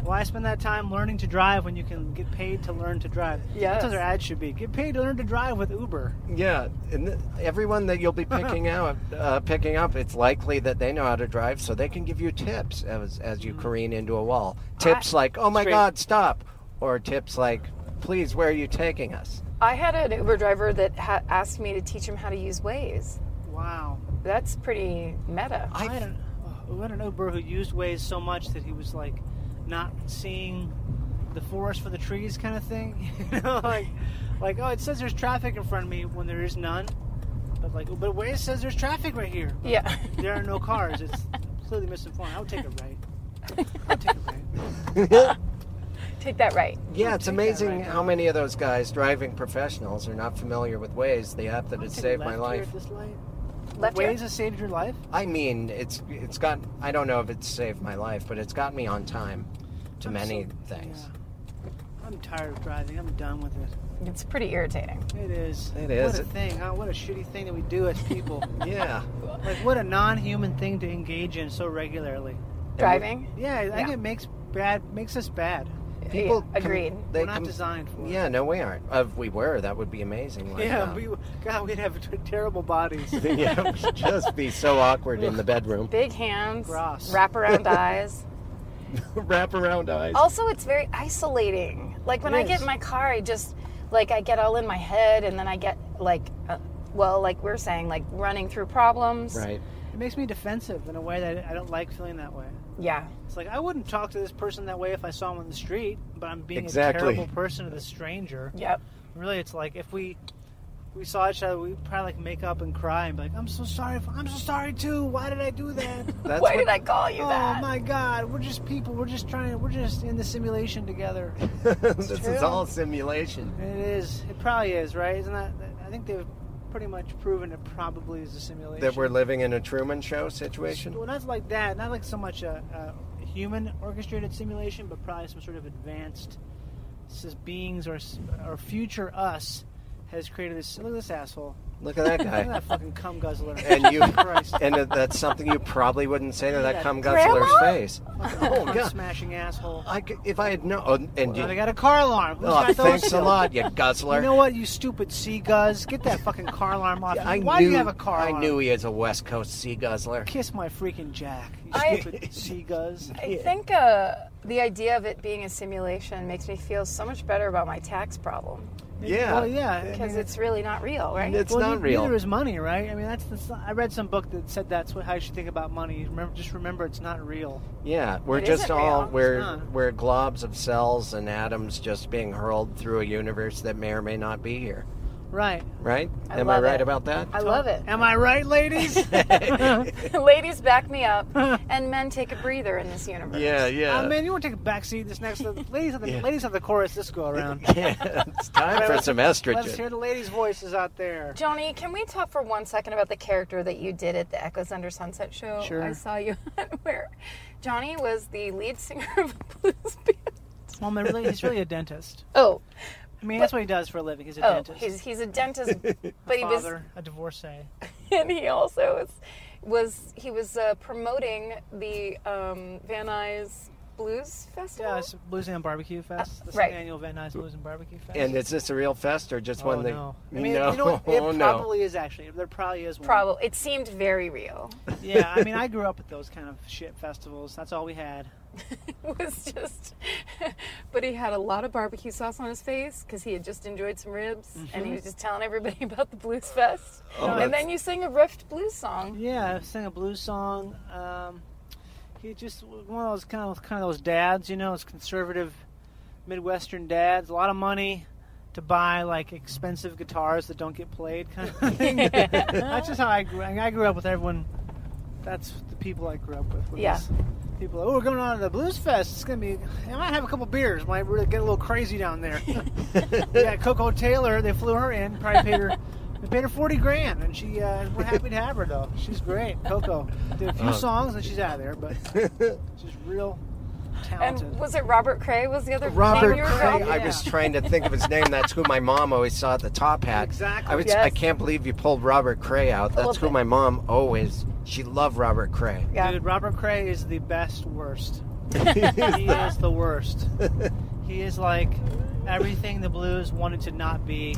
Speaker 6: why spend that time learning to drive when you can get paid to learn to drive?
Speaker 5: Yes.
Speaker 6: that's what their ad should be. Get paid to learn to drive with Uber.
Speaker 4: yeah, and th- everyone that you'll be picking out, uh, picking up, it's likely that they know how to drive, so they can give you tips as as
Speaker 6: Mm-hmm.
Speaker 4: you careen into a wall. Tips like, "Oh my
Speaker 6: Straight.
Speaker 4: God, stop," or tips like, "Please, where are you taking us?"
Speaker 5: I had an Uber driver that ha- asked me to teach him how to use Waze.
Speaker 6: Wow.
Speaker 5: That's pretty meta.
Speaker 6: I, had an, oh, we had an Uber who used Waze so much that he was like not seeing the forest for the trees kind of thing. you know, like like oh it says there's traffic in front of me when there is none. But like but Waze says there's traffic right here. But
Speaker 5: Yeah.
Speaker 6: There are no cars. It's clearly misinformed. I'll take a right. I'll take a right.
Speaker 5: Take that right.
Speaker 4: Yeah, it's
Speaker 6: take that
Speaker 4: amazing
Speaker 6: right
Speaker 4: how many of those guys, driving professionals, are not familiar with Waze, the app that
Speaker 6: I'll
Speaker 4: has
Speaker 6: take a
Speaker 4: saved
Speaker 6: left
Speaker 4: my
Speaker 6: here
Speaker 4: life.
Speaker 6: at this light.
Speaker 5: Left
Speaker 6: Waze
Speaker 5: here.
Speaker 6: has saved your life?
Speaker 4: I mean, it's it's got. I don't know if it's saved my life, but it's got me on time to
Speaker 6: I'm
Speaker 4: many
Speaker 6: so-
Speaker 4: things.
Speaker 6: yeah. I'm tired of driving. I'm done with it.
Speaker 5: It's pretty irritating.
Speaker 6: It is.
Speaker 4: It is.
Speaker 6: What a thing, huh? What a shitty thing that we do as people.
Speaker 4: Yeah.
Speaker 6: like, what a non-human thing to engage in so regularly.
Speaker 5: Driving.
Speaker 6: Yeah, I think
Speaker 5: Yeah.
Speaker 6: it makes bad makes us bad.
Speaker 4: People
Speaker 5: Yeah, agreed.
Speaker 6: We're not designed for it.
Speaker 4: Yeah, no, we aren't. Uh, if we were, that would be amazing. Like,
Speaker 6: Yeah,
Speaker 4: uh,
Speaker 6: we, God, we'd have t- terrible bodies.
Speaker 4: yeah, it would just be so awkward in the bedroom.
Speaker 5: Big hands,
Speaker 6: Gross.
Speaker 5: wrap around eyes.
Speaker 4: Wrap around eyes.
Speaker 5: Also, it's very isolating. Like when
Speaker 6: It
Speaker 5: I get
Speaker 6: is.
Speaker 5: in my car, I just like I get all in my head, and then I get like, uh, well, like we're saying, like running through problems.
Speaker 4: Right.
Speaker 6: It makes me defensive in a way that I don't like feeling that way.
Speaker 5: Yeah.
Speaker 6: It's like I wouldn't talk to this person that way if I saw him on the street, but I'm being
Speaker 4: Exactly.
Speaker 6: a terrible person to the stranger.
Speaker 5: Yep.
Speaker 6: Really, it's like if we we saw each other, we'd probably like make up and cry and be like, "I'm so sorry. For, I'm so sorry too. Why did I do that?
Speaker 4: That's
Speaker 5: Why
Speaker 4: what,
Speaker 5: did I call you
Speaker 6: oh
Speaker 5: that?
Speaker 6: my God, we're just people. We're just trying. We're just in the simulation together.
Speaker 4: this is all simulation.
Speaker 6: It is. It probably is, right? Isn't that? I think they've pretty much proven it probably is a simulation.
Speaker 4: That we're living in a Truman Show situation.
Speaker 6: Well, not like that. Not like so much a, a human orchestrated simulation, but probably some sort of advanced says beings or s- or future us has created this. Look at this asshole.
Speaker 4: Look at that
Speaker 6: Look at that
Speaker 4: guy.
Speaker 6: fucking cum guzzler.
Speaker 4: and you,
Speaker 6: Christ.
Speaker 4: and that- that's something you probably wouldn't say to that
Speaker 6: Yeah.
Speaker 4: cum guzzler's face.
Speaker 6: oh,
Speaker 4: God.
Speaker 6: smashing asshole.
Speaker 4: I c if I had known, oh, and
Speaker 6: Now they
Speaker 4: you,
Speaker 6: got a car alarm. Who's
Speaker 4: oh,
Speaker 6: got those
Speaker 4: thanks a
Speaker 6: still?
Speaker 4: lot, you guzzler.
Speaker 6: You know what, you stupid sea guzz? Get that fucking car alarm off.
Speaker 4: I
Speaker 6: Why
Speaker 4: knew,
Speaker 6: do you have a car
Speaker 4: I
Speaker 6: alarm?
Speaker 4: knew he is a West Coast sea guzzler.
Speaker 6: Kiss my freaking jack, you
Speaker 5: I-
Speaker 6: stupid sea guzz.
Speaker 5: I think uh, the idea of it being a simulation makes me feel so much better about my tax problem
Speaker 4: Yeah.
Speaker 6: Well, yeah. I
Speaker 5: because
Speaker 6: mean,
Speaker 5: it's really not real, right?
Speaker 4: It's
Speaker 6: well,
Speaker 4: not
Speaker 6: ne-
Speaker 4: real.
Speaker 6: Neither is money, right? I mean, that's the. s- I read some book that said that's what, how you should think about money. You Remember, just remember, it's not real.
Speaker 4: Yeah, we're
Speaker 5: It
Speaker 4: just
Speaker 5: isn't
Speaker 4: all
Speaker 5: real.
Speaker 6: It's
Speaker 4: we're
Speaker 6: not.
Speaker 4: we're globs of cells and atoms just being hurled through a universe that may or may not be here.
Speaker 6: Right?
Speaker 4: Right?
Speaker 5: I
Speaker 4: Am I
Speaker 5: love
Speaker 4: right
Speaker 5: it.
Speaker 4: about that?
Speaker 5: I love it.
Speaker 6: Am I right, ladies?
Speaker 5: Ladies, back me up, and men take a breather in this universe.
Speaker 4: yeah, yeah.
Speaker 6: oh, man, you want to take a back seat this next? ladies, have the,
Speaker 4: Yeah.
Speaker 6: ladies have the chorus this go around.
Speaker 4: yeah, it's time for some
Speaker 6: Let's hear
Speaker 4: estrogen.
Speaker 6: the ladies' voices out there.
Speaker 5: Johnny, can we talk for one second about the character that you did at the Echoes Under Sunset show?
Speaker 6: Sure.
Speaker 5: I saw you where Johnny was the lead singer of a blues band.
Speaker 6: Well, man, really, he's really a dentist.
Speaker 5: Oh,
Speaker 6: I mean, that's what he does for a living. He's a
Speaker 5: oh,
Speaker 6: dentist.
Speaker 5: he's he's a dentist, but he was
Speaker 6: father, a divorcee.
Speaker 5: and he also was was he was uh, promoting the um, Van Nuys Blues Festival.
Speaker 6: Yeah, it's Blues and Barbecue Fest. This
Speaker 5: Uh, right.
Speaker 6: annual Van Nuys Blues and Barbecue Fest.
Speaker 4: And is this a real fest or just
Speaker 6: oh,
Speaker 4: one that
Speaker 6: no. I mean,
Speaker 4: no,
Speaker 6: you know what? It
Speaker 4: oh, no.
Speaker 6: probably is actually. There probably is one.
Speaker 5: Probably it seemed very real.
Speaker 6: Yeah, I mean, I grew up at those kind of shit festivals. That's all we had.
Speaker 5: was just but he had a lot of barbecue sauce on his face because he had just enjoyed some ribs and
Speaker 6: Mm-hmm.
Speaker 5: he was just telling everybody about the blues fest and then you sing a riffed blues song
Speaker 6: Yeah, I sang a blues song. Um, he just was one of those kind of kind of those dads, you know, those conservative Midwestern dads. A lot of money to buy like expensive guitars that don't get played, kind of thing. that's just how I grew. I grew up with everyone. That's the people I grew up with. with
Speaker 5: Yeah.
Speaker 6: this- People, oh, we're going on to the blues fest. It's gonna be. I might have a couple beers. Might really get a little crazy down there. yeah, Coco Taylor. They flew her in. Probably paid her. They paid her forty grand, and she. Uh, we're happy to have her though. She's great. Coco did a few songs, and she's out of there. But she's real talented.
Speaker 5: and was it robert cray was the other
Speaker 4: Robert
Speaker 5: name you were
Speaker 4: Cray.
Speaker 5: going-
Speaker 4: I
Speaker 6: yeah.
Speaker 4: was trying to think of his name. That's who my mom always saw at the top hat.
Speaker 6: Exactly.
Speaker 4: I, was,
Speaker 5: Yes.
Speaker 4: I can't believe you pulled Robert Cray out. That's who my mom always. She loved Robert Cray.
Speaker 5: yeah.
Speaker 6: Dude, Robert Cray is the best worst. he is the worst. He is like everything the blues wanted to not be,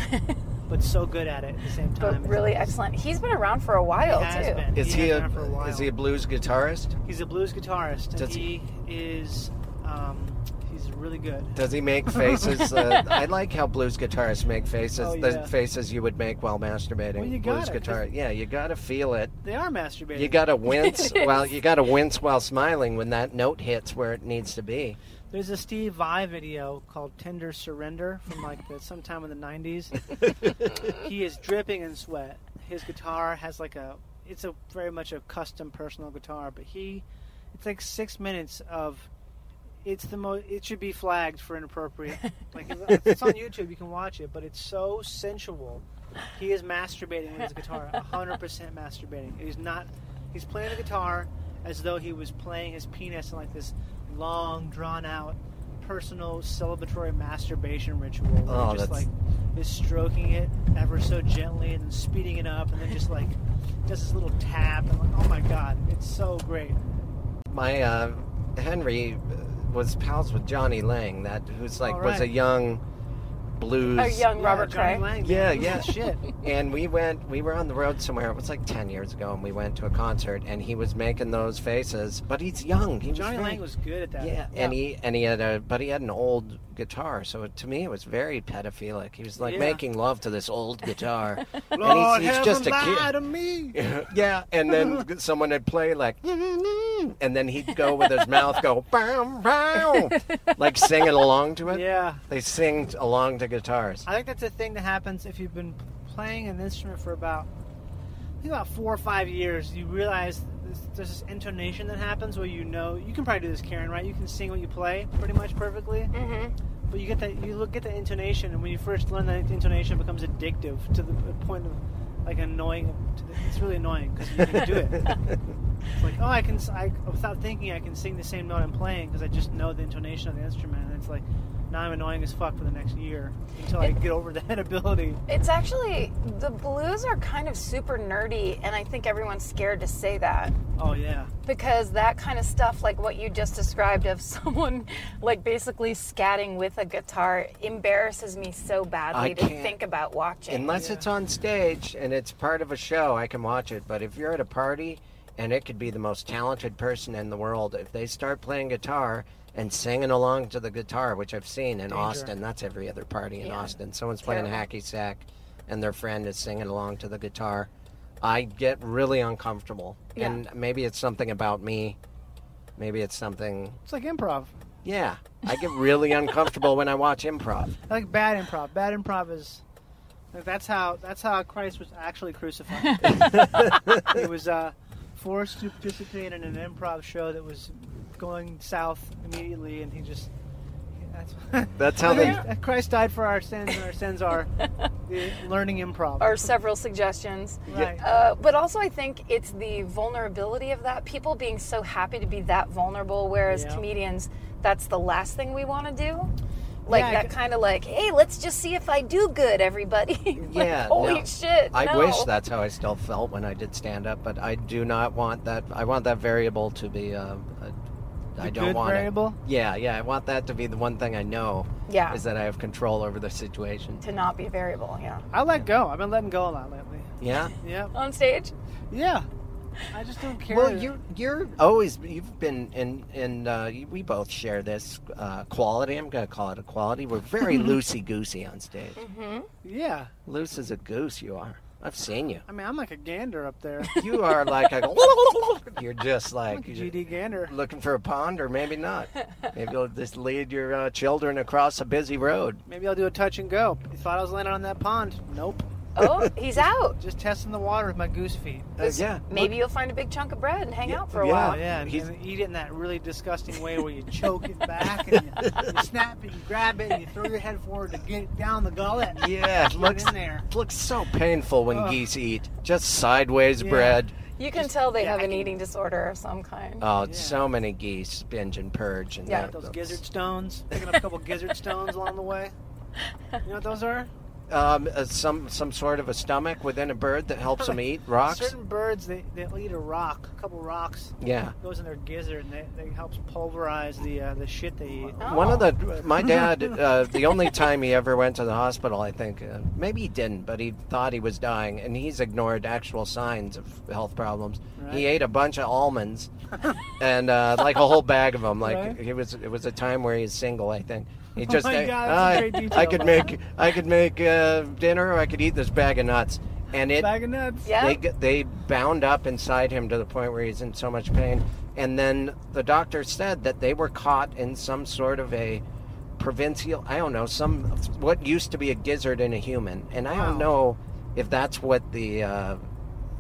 Speaker 6: but so good at it at the same time.
Speaker 5: but really excellent he's been around for a while
Speaker 6: He has
Speaker 5: too
Speaker 6: been.
Speaker 4: Is
Speaker 6: he,
Speaker 4: he
Speaker 6: has
Speaker 4: a,
Speaker 6: been for a while.
Speaker 4: is he a blues guitarist?
Speaker 6: He's a blues guitarist. and
Speaker 4: Does he-
Speaker 6: he, is. Um, he's really good.
Speaker 4: Does he make faces? Uh, I like how blues guitarists make faces.
Speaker 6: Oh,
Speaker 4: The
Speaker 6: yeah.
Speaker 4: faces you would make while masturbating.
Speaker 6: Well, you
Speaker 4: blues
Speaker 6: gotta, 'cause-
Speaker 4: guitar. Yeah, you gotta feel it.
Speaker 6: They are masturbating.
Speaker 4: You gotta wince. well, you gotta wince while smiling when that note hits where it needs to be.
Speaker 6: There's a Steve Vai video called "Tender Surrender" from like the, sometime in the '90s. he is dripping in sweat. His guitar has like a. It's a very much a custom personal guitar, but he. It's like six minutes of. It's the most. It should be flagged for inappropriate. Like it's, it's on YouTube. You can watch it, but it's so sensual. He is masturbating with his guitar. hundred percent masturbating. He's not. He's playing the guitar as though he was playing his penis in like this long, drawn out, personal celebratory masturbation ritual. Where
Speaker 4: Oh,
Speaker 6: he just
Speaker 4: that's-
Speaker 6: like is stroking it ever so gently and speeding it up, and then just like does this little tap and like, oh my god, it's so great.
Speaker 4: My uh, Henry uh, was pals with Johnny Lang, that who's like
Speaker 6: All
Speaker 4: was a
Speaker 6: right.
Speaker 4: young blues.
Speaker 5: Or young Robert
Speaker 6: Johnny
Speaker 5: Cray.
Speaker 6: Lang,
Speaker 4: Yeah,
Speaker 6: dude,
Speaker 4: yeah.
Speaker 6: Shit.
Speaker 4: And we went, we were on the road somewhere. It was like ten years ago, and we went to a concert, and he was making those faces. But he's young. He
Speaker 6: Johnny
Speaker 4: was very-
Speaker 6: Lang was good at that.
Speaker 4: Yeah, and he and he had a but he had an old guitar, so to me it was very pedophilic. He was like
Speaker 6: Yeah.
Speaker 4: making love to this old guitar, and
Speaker 6: Lord,
Speaker 4: he's, he's
Speaker 6: have
Speaker 4: just
Speaker 6: him
Speaker 4: a
Speaker 6: lie
Speaker 4: kid.
Speaker 6: to me.
Speaker 4: yeah, and then someone would play like, and then he'd go with his mouth go bow bow, like singing along to it.
Speaker 6: Yeah.
Speaker 4: they sing along to guitars.
Speaker 6: I think that's a thing that happens if you've been playing an instrument for about, I think about four or five years. You realize there's, there's this intonation that happens where you know you can probably do this, Karen, right? You can sing what you play pretty much perfectly. Mm-hmm. But you get that you look at the intonation, and when you first learn that intonation, it becomes addictive to the point of like annoying. To the, it's really annoying because you can do it. It's like, oh, I can, s- I, without thinking, I can sing the same note I'm playing because I just know the intonation of the instrument. And it's like, now I'm annoying as fuck for the next year until I get over that ability.
Speaker 5: It's actually the blues are kind of super nerdy, and I think everyone's scared to say that
Speaker 6: Oh, yeah.
Speaker 5: because that kind of stuff, like what you just described of someone like basically scatting with a guitar, embarrasses me so badly
Speaker 4: I
Speaker 5: to
Speaker 4: can't-
Speaker 5: think about watching.
Speaker 4: Unless it's on stage and it's part of a show, I can watch it. But if you're at a party and it could be the most talented person in the world, if they start playing guitar and singing along to the guitar, which I've seen in Austin, that's every other party in Austin. Someone's playing hacky sack and their friend is singing along to the guitar. I get really uncomfortable. And maybe it's something about me. Maybe it's something.
Speaker 6: It's like improv.
Speaker 4: Yeah. I get really uncomfortable when I watch improv.
Speaker 6: I like bad improv. Bad improv is. Like that's how that's how Christ was actually crucified. he was uh, forced to participate in an improv show that was going south immediately, and he just that's
Speaker 4: That's how they.
Speaker 6: Christ died for our sins, and our sins are the learning improv.
Speaker 5: or several suggestions.
Speaker 6: Right.
Speaker 5: Uh, but also, I think it's the vulnerability of that. People being so happy to be that vulnerable, whereas
Speaker 6: Yeah.
Speaker 5: comedians, that's the last thing we want to do. Like
Speaker 6: Yeah, I
Speaker 5: that
Speaker 6: g-
Speaker 5: kind of like, hey, let's just see if I do good, everybody. Like,
Speaker 4: Yeah.
Speaker 5: holy
Speaker 4: no.
Speaker 5: shit.
Speaker 4: I
Speaker 5: no.
Speaker 4: wish that's how I still felt when I did stand up, but I do not want that. I want that variable to be. Uh, I I don't
Speaker 6: good
Speaker 4: want it.
Speaker 6: variable?
Speaker 4: Yeah, yeah. I want that to be the one thing I know.
Speaker 5: Yeah.
Speaker 4: Is that I have control over the situation.
Speaker 5: To not be variable, yeah.
Speaker 6: I let go. I've been letting go a lot lately.
Speaker 4: Yeah.
Speaker 6: Yeah,
Speaker 5: On stage?
Speaker 6: yeah. I just don't care.
Speaker 4: Oh. Well, you you're always you've been in in uh, we both share this uh, quality. I'm gonna call it a quality. We're very loosey goosey on stage.
Speaker 5: Mm-hmm.
Speaker 6: yeah.
Speaker 4: Loose as a goose, you are. I've seen you.
Speaker 6: I mean, I'm like a gander up there.
Speaker 4: You are like a. you're just like
Speaker 6: GD gander.
Speaker 4: looking for a pond or maybe not. Maybe you'll just lead your uh, children across a busy road.
Speaker 6: Maybe I'll do a touch and go. You thought I was landing on that pond? Nope.
Speaker 5: Oh, he's out.
Speaker 6: Just testing the water with my goose feet.
Speaker 4: Uh, yeah.
Speaker 5: Maybe you'll find a big chunk of bread and hang out for a
Speaker 4: yeah.
Speaker 6: Oh
Speaker 5: while.
Speaker 6: yeah, and,
Speaker 4: He's-
Speaker 6: and eat it in that really disgusting way where you choke it back and you, you snap it, you grab it, and you throw your head forward to get it down the gullet.
Speaker 4: Yeah, it
Speaker 6: Get
Speaker 4: looks,
Speaker 6: in there.
Speaker 4: it looks so painful when geese eat. Just sideways bread.
Speaker 5: You can Uh, tell they have an
Speaker 6: yakking.
Speaker 5: eating disorder of some kind.
Speaker 4: Oh, so many geese binge and purge. And
Speaker 5: Yeah,
Speaker 4: that-
Speaker 6: Those gizzard stones. Picking up a couple gizzard stones along the way. You know what those are?
Speaker 4: Um, uh, some some sort of a stomach within a bird that helps them eat rocks.
Speaker 6: Certain birds they they'll eat a rock, a couple rocks.
Speaker 4: Yeah.
Speaker 6: Goes in their gizzard and they, they helps pulverize the uh, the shit they eat.
Speaker 5: Oh.
Speaker 4: One of the my dad, uh, the only time he ever went to the hospital, I think, uh, maybe he didn't, but he thought he was dying, and he's ignored actual signs of health problems. He ate a bunch of almonds, and uh, like a whole bag of them. Like
Speaker 6: Right. Oh
Speaker 4: he was, it was a time where he's single, I think. He just,
Speaker 6: my
Speaker 4: ate,
Speaker 6: God, that's a
Speaker 4: "I-
Speaker 6: great
Speaker 4: I
Speaker 6: detail."
Speaker 4: could make, I could make uh, dinner, or I could eat this bag of nuts, and it
Speaker 6: Bag of nuts.
Speaker 5: Yeah.
Speaker 4: they, g- they bound up inside him to the point where he's in so much pain. And then the doctor said that they were caught in some sort of a provincial, I don't know, some what used to be a gizzard in a human. And I don't know if that's what the uh,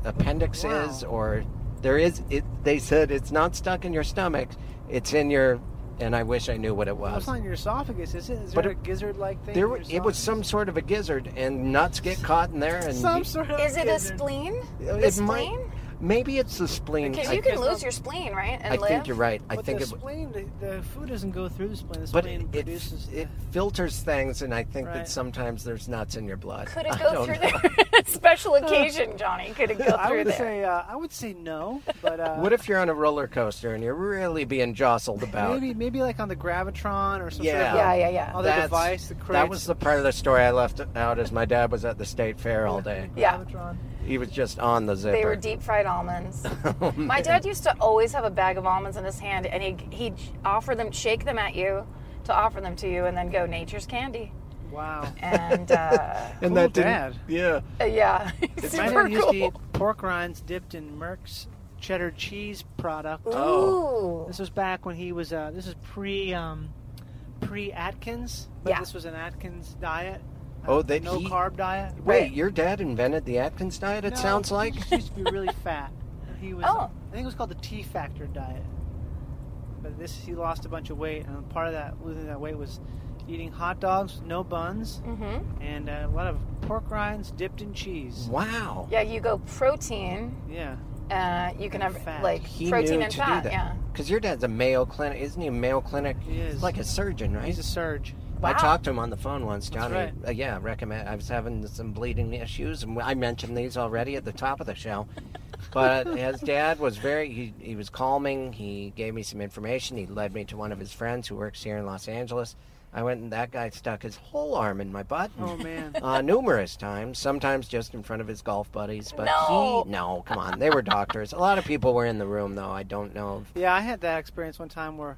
Speaker 4: appendix is or there is. It, they said it's not stuck in your stomach, it's in your. And I wish I knew what it
Speaker 6: Well,
Speaker 4: was.
Speaker 6: it's not in your esophagus, is it? Is
Speaker 4: But
Speaker 6: there a
Speaker 4: it-
Speaker 6: gizzard like thing?
Speaker 4: There,
Speaker 6: in
Speaker 4: wa-
Speaker 6: your
Speaker 4: it was
Speaker 6: esophagus?
Speaker 4: some sort of a gizzard, and nuts get caught in there, and
Speaker 6: some sort of
Speaker 5: Is it a
Speaker 6: gizzard.
Speaker 5: spleen?
Speaker 4: it
Speaker 5: The
Speaker 4: might-
Speaker 5: spleen?
Speaker 4: Maybe it's the spleen.
Speaker 5: Because
Speaker 4: I,
Speaker 5: you can lose your spleen, right and
Speaker 4: I
Speaker 5: live.
Speaker 4: think you're right. I
Speaker 6: but
Speaker 4: think
Speaker 6: the
Speaker 4: it,
Speaker 6: spleen, the, the food doesn't go through the spleen. The
Speaker 4: but
Speaker 6: spleen
Speaker 4: it, it,
Speaker 6: produces
Speaker 4: it filters things, and I think
Speaker 6: Right.
Speaker 4: that sometimes there's nuts in your blood.
Speaker 5: Could it
Speaker 4: I
Speaker 5: go
Speaker 4: don't
Speaker 5: through
Speaker 4: know.
Speaker 5: there? Special occasion, Johnny. Could it go
Speaker 6: I
Speaker 5: through
Speaker 6: would
Speaker 5: there?
Speaker 6: say uh, I would say no, but uh,
Speaker 4: What if you're on a roller coaster and you're really being jostled about?
Speaker 6: maybe maybe like on the gravitron or some
Speaker 4: Yeah.
Speaker 6: sort of
Speaker 5: yeah, yeah, yeah.
Speaker 6: other
Speaker 4: That's-
Speaker 6: device that creates
Speaker 4: That was the part of the story I left out. Is my dad was at the state fair all day.
Speaker 5: Yeah.
Speaker 6: gravitron.
Speaker 4: He was just on the zipper.
Speaker 5: They were deep fried almonds.
Speaker 4: Oh,
Speaker 5: My dad used to always have a bag of almonds in his hand, and he'd, he'd offer them, shake them at you, to offer them to you, and then go, "Nature's candy."
Speaker 6: Wow.
Speaker 5: And uh,
Speaker 4: and
Speaker 6: Cool
Speaker 4: that didn't-
Speaker 6: dad.
Speaker 4: Yeah.
Speaker 5: yeah,
Speaker 6: My
Speaker 5: super
Speaker 6: dad used to eat
Speaker 5: cool.
Speaker 6: pork rinds dipped in Merck's cheddar cheese product.
Speaker 4: Oh.
Speaker 5: Ooh,
Speaker 6: This was back when he was. Uh, this is pre um, pre Atkins. But
Speaker 5: Yeah.
Speaker 6: This was an Atkins diet.
Speaker 4: Oh,
Speaker 6: Uh,
Speaker 4: that
Speaker 6: no
Speaker 4: he-
Speaker 6: carb diet.
Speaker 4: Wait, your dad invented the Atkins diet. It
Speaker 6: No,
Speaker 4: sounds
Speaker 6: he
Speaker 4: like.
Speaker 6: just used to be really fat. He was.
Speaker 5: Oh.
Speaker 6: I think it was called the T Factor diet. But this, he lost a bunch of weight, and part of that losing that weight was eating hot dogs with no buns
Speaker 5: Mhm.
Speaker 4: Mm-hmm.
Speaker 6: and uh, a lot of pork rinds dipped in cheese.
Speaker 4: Wow.
Speaker 5: yeah. You go protein.
Speaker 6: Yeah.
Speaker 5: Uh, you can have
Speaker 6: fat.
Speaker 5: like
Speaker 4: He
Speaker 5: protein
Speaker 4: knew
Speaker 5: and
Speaker 4: to
Speaker 5: fat.
Speaker 4: do that.
Speaker 5: Yeah.
Speaker 4: Because your dad's a Mayo Clinic, isn't he? A Mayo Clinic.
Speaker 6: He is.
Speaker 4: He's like a surgeon, right?
Speaker 6: He's a surge.
Speaker 4: I
Speaker 5: Wow.
Speaker 4: talked to him on the phone once, Johnny.
Speaker 6: right.
Speaker 4: Uh, yeah, recommend. I was having some bleeding issues, and I mentioned these already at the top of the show. But his dad was very. He, he was calming. He gave me some information. He led me to one of his friends who works here in Los Angeles. I went, and that guy stuck his whole arm in my butt.
Speaker 6: Oh man.
Speaker 4: Uh, numerous times, sometimes just in front of his golf buddies. But
Speaker 5: No.
Speaker 4: he, no, come on, they were doctors. A lot of people were in the room, though. I don't know. if-
Speaker 6: Yeah, I had that experience one time where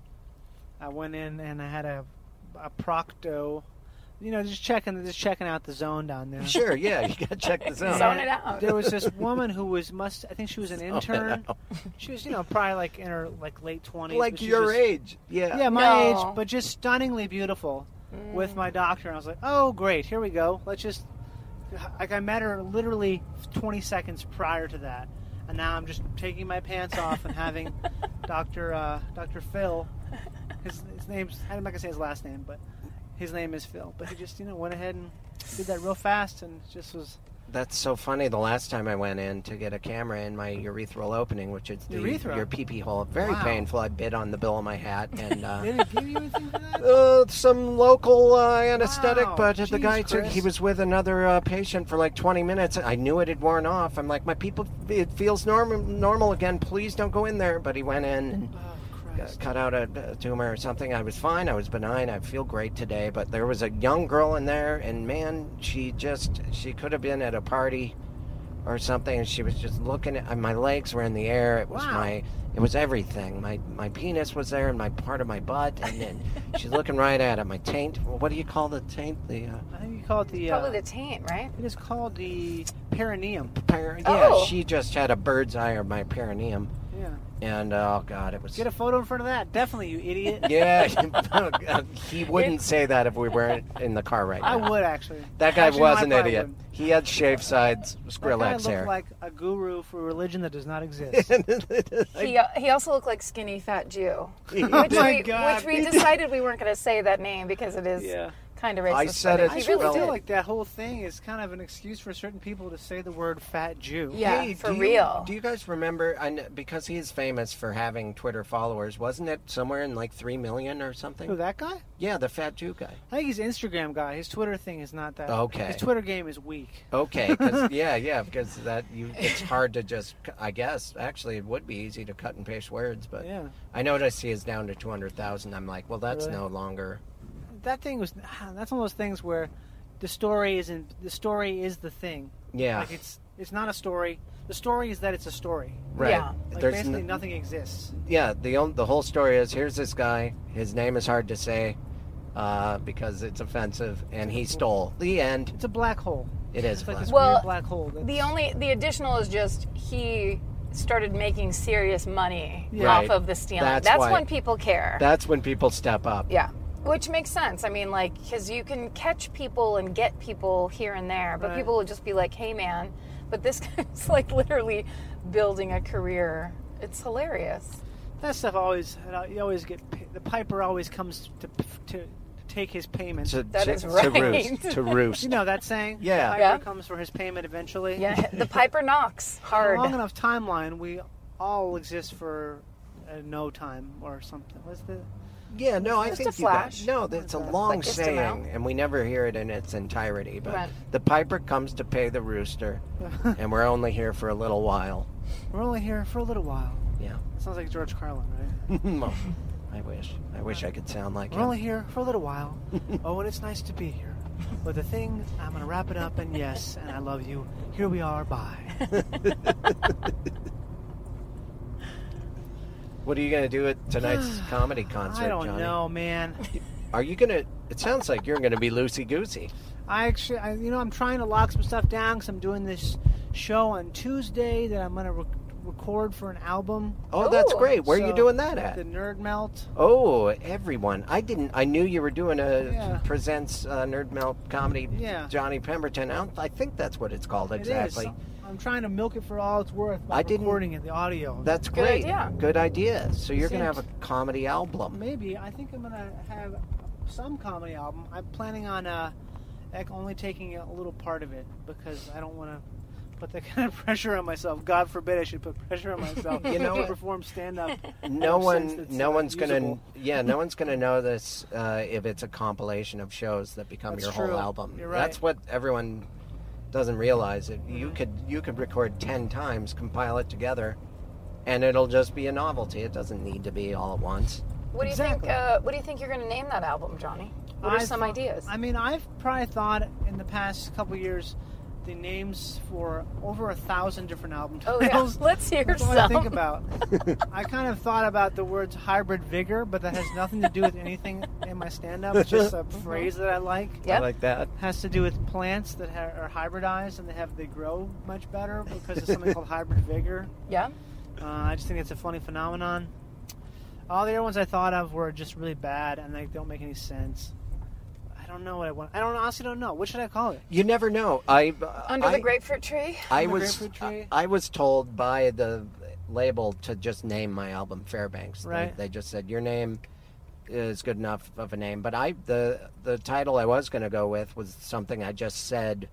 Speaker 6: I went in and I had a a procto, you know, just checking just checking out the zone down there.
Speaker 4: Sure, yeah, you gotta check this out.
Speaker 5: Zone it out.
Speaker 6: There was this woman who was must I think she was an intern. She was, you know, probably like in her like late twenties.
Speaker 4: Like your age, yeah.
Speaker 6: Yeah, my
Speaker 5: No.
Speaker 6: age, but just stunningly beautiful
Speaker 5: Mm.
Speaker 6: with my doctor. And I was like, oh, great, here we go. Let's just. Like, I met her literally 20 seconds prior to that. And now I'm just taking my pants off and having Dr. Uh, Dr. Phil. His, his name's. I'm not going to say his last name, but his name is Phil. But he just, you know, went ahead and did that real fast and just was.
Speaker 4: That's so funny. The last time I went in to get a camera in my urethral opening, which is the,
Speaker 6: Urethra?
Speaker 4: your pee pee hole, very
Speaker 6: Wow.
Speaker 4: painful. I bit on the bill of my hat and
Speaker 6: They
Speaker 4: uh,
Speaker 6: didn't give you anything for that?
Speaker 4: uh, some local uh, anesthetic.
Speaker 6: Wow.
Speaker 4: But the
Speaker 6: Jeez,
Speaker 4: guy took.
Speaker 6: Chris.
Speaker 4: He was with another uh, patient for like 20 minutes. I knew it had worn off. I'm like, my people, it feels normal, normal again. Please don't go in there. But he went in and.
Speaker 6: Oh,
Speaker 4: uh,
Speaker 6: Christ.
Speaker 4: Cut out a, a tumor or something. I was fine. I was benign. I feel great today. But there was a young girl in there, and man, she just she could have been at a party or something, and she was just looking at uh, my legs were in the air. It was
Speaker 6: Wow.
Speaker 4: my it was everything. My my penis was there, and my part of my butt, and then she's looking right at it. My taint. What do you call the taint? The uh,
Speaker 6: I think you call it the. Uh,
Speaker 5: Probably the taint, right?
Speaker 6: it is called the perineum.
Speaker 4: per- yeah.
Speaker 5: Oh.
Speaker 4: She just had a bird's eye of my perineum,
Speaker 6: Yeah.
Speaker 4: and oh god, it was.
Speaker 6: Get a photo in front of that. Definitely, you idiot.
Speaker 4: yeah, oh, he wouldn't say that if we weren't in the car right now.
Speaker 6: I would actually.
Speaker 4: That guy
Speaker 6: Actually, no,
Speaker 4: was
Speaker 6: I
Speaker 4: an
Speaker 6: probably
Speaker 4: idiot.
Speaker 6: wouldn't.
Speaker 4: He had shaved sides,
Speaker 6: That guy
Speaker 4: Skrillex
Speaker 6: looked
Speaker 4: hair.
Speaker 6: like a guru for a religion that does not exist.
Speaker 5: He, he also looked like skinny fat
Speaker 4: Oh
Speaker 5: Jew, which,
Speaker 6: Oh my
Speaker 5: we,
Speaker 6: God.
Speaker 5: which we decided we weren't going to say that name because it is
Speaker 6: Yeah.
Speaker 5: kind of racist.
Speaker 4: I said
Speaker 5: but
Speaker 4: it
Speaker 6: I
Speaker 5: He
Speaker 6: sort
Speaker 5: really
Speaker 6: of
Speaker 4: well.
Speaker 6: feel
Speaker 5: did.
Speaker 6: like that whole thing is kind of an excuse for certain people to say the word "fat Jew."
Speaker 5: yeah,
Speaker 4: Hey,
Speaker 5: for
Speaker 4: do you-
Speaker 5: real.
Speaker 4: do you guys remember? I kn- because he is famous for having Twitter followers. Wasn't it somewhere in like three million or
Speaker 6: Who
Speaker 4: something?
Speaker 6: that guy?
Speaker 4: Yeah, the fat Jew guy.
Speaker 6: I think he's an Instagram guy. His Twitter thing is not that.
Speaker 4: Okay.
Speaker 6: His Twitter game is weak.
Speaker 4: Okay, 'cause- yeah, yeah, because that you, it's hard to just. I guess actually it would be easy to cut and paste words, but
Speaker 6: Yeah.
Speaker 4: I noticed he is down to two hundred thousand. I'm like, well, that's
Speaker 6: Really?
Speaker 4: no longer.
Speaker 6: That thing was. ah, That's one of those things where the story isn't. The story is the thing.
Speaker 4: Yeah,
Speaker 6: Like it's. It's not a story. The story is that it's a story.
Speaker 4: right.
Speaker 5: Yeah.
Speaker 6: Like
Speaker 4: There's
Speaker 6: basically
Speaker 4: n-
Speaker 6: nothing exists.
Speaker 4: yeah, the on- the whole story is here's this guy. His name is hard to say uh, because it's offensive, and he stole. The end.
Speaker 6: It's a black hole.
Speaker 4: It is
Speaker 6: It's like
Speaker 4: black.
Speaker 6: this
Speaker 5: Well,
Speaker 6: weird black hole. that's-
Speaker 5: The only the additional is just he started making serious money
Speaker 4: Yeah.
Speaker 5: off
Speaker 4: Right.
Speaker 5: of the stealing.
Speaker 4: That's
Speaker 5: That's,
Speaker 4: why-
Speaker 5: when people care.
Speaker 4: That's when people step up.
Speaker 5: yeah. Which makes sense. I mean, like, because you can catch people and get people here and there, but people will just be like, hey, man. But this guy's like literally building a career. It's hilarious.
Speaker 6: That stuff always, you always get the piper always comes to to, to take his payment.
Speaker 4: To,
Speaker 5: That
Speaker 4: to,
Speaker 5: is
Speaker 4: to
Speaker 5: right.
Speaker 4: roost. To roost.
Speaker 6: you know that saying?
Speaker 4: Yeah.
Speaker 6: The piper
Speaker 5: Yeah.
Speaker 6: comes for his payment eventually.
Speaker 5: Yeah, the Piper knocks hard.
Speaker 6: Long enough timeline, we all exist for uh, no time or something. What's the
Speaker 4: Yeah, no, I
Speaker 5: Just a
Speaker 4: think you got,
Speaker 5: flash.
Speaker 4: no, that's a long
Speaker 5: Like just an
Speaker 4: saying, and we never hear it in its entirety. But
Speaker 5: Right.
Speaker 4: the piper comes to pay the rooster, and we're only here for a little while.
Speaker 6: We're only here for a little while.
Speaker 4: Yeah,
Speaker 6: Sounds like George Carlin, right?
Speaker 5: Hmm.
Speaker 4: Well, I wish, I wish I could sound like
Speaker 6: We're only
Speaker 4: him.
Speaker 6: here for a little while. oh, and it's nice to be here. But the thing, I'm gonna wrap it up, and yes, and I love you. Here we are. Bye.
Speaker 4: What are you gonna do at tonight's comedy concert,
Speaker 6: I don't
Speaker 4: Johnny?
Speaker 6: know, man.
Speaker 4: Are you gonna? It sounds like you're gonna be loosey goosey.
Speaker 6: I actually, I, you know, I'm trying to lock some stuff down because I'm doing this show on Tuesday that I'm gonna rec record for an album.
Speaker 4: Oh, that's
Speaker 5: Ooh.
Speaker 4: great. Where are you
Speaker 6: So,
Speaker 4: doing that
Speaker 6: The
Speaker 4: at?
Speaker 6: Nerd Melt.
Speaker 4: Oh, everyone! I didn't. I knew you were doing a
Speaker 6: Yeah.
Speaker 4: presents uh, Nerd Melt comedy.
Speaker 6: Yeah.
Speaker 4: Johnny Pemberton. I, don't- I think that's what it's called exactly.
Speaker 6: It is. I'm trying to milk it for all it's worth by
Speaker 4: I didn't-
Speaker 6: recording it, the audio.
Speaker 4: That's
Speaker 5: Good
Speaker 4: great.
Speaker 5: idea.
Speaker 4: Good idea. So you're going to have
Speaker 6: Seems-
Speaker 4: a comedy album.
Speaker 6: Maybe I think I'm gonna have some comedy album. I'm planning on uh, ec- only taking a little part of it because I don't want to put that kind of pressure on myself. God forbid I should put pressure on myself.
Speaker 4: You know
Speaker 6: to
Speaker 4: what?
Speaker 6: perform stand up.
Speaker 4: No one,
Speaker 6: that's,
Speaker 4: no
Speaker 6: uh,
Speaker 4: one's going
Speaker 6: usable.
Speaker 4: to, yeah, no one's going to know this uh, if it's a compilation of shows that become
Speaker 6: That's
Speaker 4: your
Speaker 6: true.
Speaker 4: whole album.
Speaker 6: You're right. Mm-hmm.
Speaker 4: That's what everyone doesn't realize. It, You could, you could record ten times, compile it together, and it'll just be a novelty. It doesn't need to be all at once.
Speaker 5: What do you
Speaker 6: Exactly.
Speaker 5: think? Uh, what do you think you're going to name that album, Johnny? What are
Speaker 6: I've
Speaker 5: some
Speaker 6: thought-
Speaker 5: ideas?
Speaker 6: I mean, I've probably thought in the past couple years the names for over a thousand different album
Speaker 5: oh
Speaker 6: titles.
Speaker 5: yeah, let's hear
Speaker 6: That's all I
Speaker 5: some.
Speaker 6: think about. I kind of thought about the words hybrid vigor, but that has nothing to do with anything in my stand up. It's just a
Speaker 5: Mm-hmm.
Speaker 6: phrase that I like.
Speaker 5: Yep.
Speaker 4: I like that.
Speaker 6: Has to do with plants that ha- are hybridized and they have they grow much better because of something called hybrid vigor.
Speaker 5: yeah.
Speaker 6: Uh, I just think it's a funny phenomenon. All the other ones I thought of were just really bad and they don't make any sense. I don't know what I want. I don't honestly don't know. What should I call it?
Speaker 4: You never know. I
Speaker 5: Under
Speaker 4: I-
Speaker 5: the grapefruit tree.
Speaker 4: I
Speaker 6: the
Speaker 4: was
Speaker 6: grapefruit tree?
Speaker 4: I, I was told by the label to just name my album Fairbanks. They-
Speaker 6: Right.
Speaker 4: They, just said your name is good enough of a name, but I the the title I was going to go with was something I just said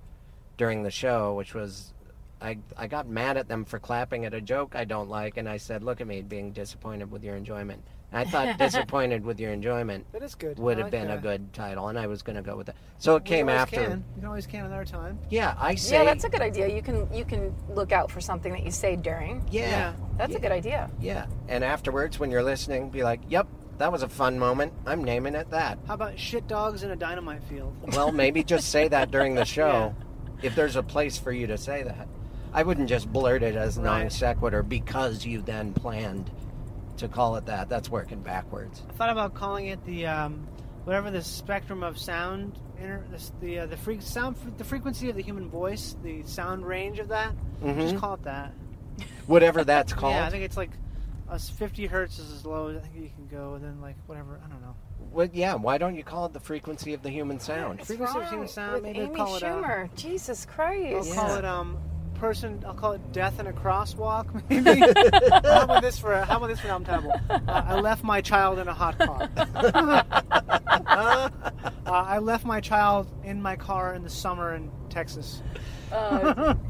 Speaker 4: during the show, which was I I got mad at them for clapping at a joke I don't like, and I said, "Look at me being disappointed with your enjoyment." I thought "disappointed with your enjoyment"
Speaker 6: That is good.
Speaker 4: would
Speaker 6: I
Speaker 4: have
Speaker 6: like
Speaker 4: been a
Speaker 6: that.
Speaker 4: good title, and I was going to go with that. So it
Speaker 6: You
Speaker 4: came
Speaker 6: always
Speaker 4: after.
Speaker 6: Can. You can always can another time.
Speaker 4: Yeah, I say.
Speaker 5: yeah, that's a good idea. You can you can look out for something that you say during.
Speaker 6: Yeah.
Speaker 4: yeah.
Speaker 5: That's a good idea.
Speaker 4: Yeah, and afterwards, when you're listening, be like, "Yep, that was a fun moment. I'm naming it that."
Speaker 6: How about shit dogs in a dynamite field?
Speaker 4: Well, maybe just say that during the show, if there's a place for you to say that. I wouldn't just blurt it as non
Speaker 6: Right.
Speaker 4: sequitur because you then planned to call it that. That's working backwards.
Speaker 6: I thought about calling it the um, whatever the spectrum of sound, inter- the the, uh, the fre- sound, fre- the frequency of the human voice, the sound range of that.
Speaker 4: Mm-hmm.
Speaker 6: Just call it that.
Speaker 4: Whatever that's called.
Speaker 6: Yeah, I think it's like uh, 50 hertz is as low as I think you can go, and then like whatever I don't know.
Speaker 4: Well, yeah. Why don't you call it the frequency of the human sound?
Speaker 6: It's Frequency of human sound.
Speaker 5: with
Speaker 6: maybe
Speaker 5: Amy
Speaker 6: call it. Uh,
Speaker 5: Schumer. Jesus Christ.
Speaker 6: I'll call it um. Person, I'll call it death in a crosswalk. Maybe. how about this for how about this for an album title? Uh, I left my child in a hot car. uh, I left my child in my car in the summer in Texas.
Speaker 5: Uh.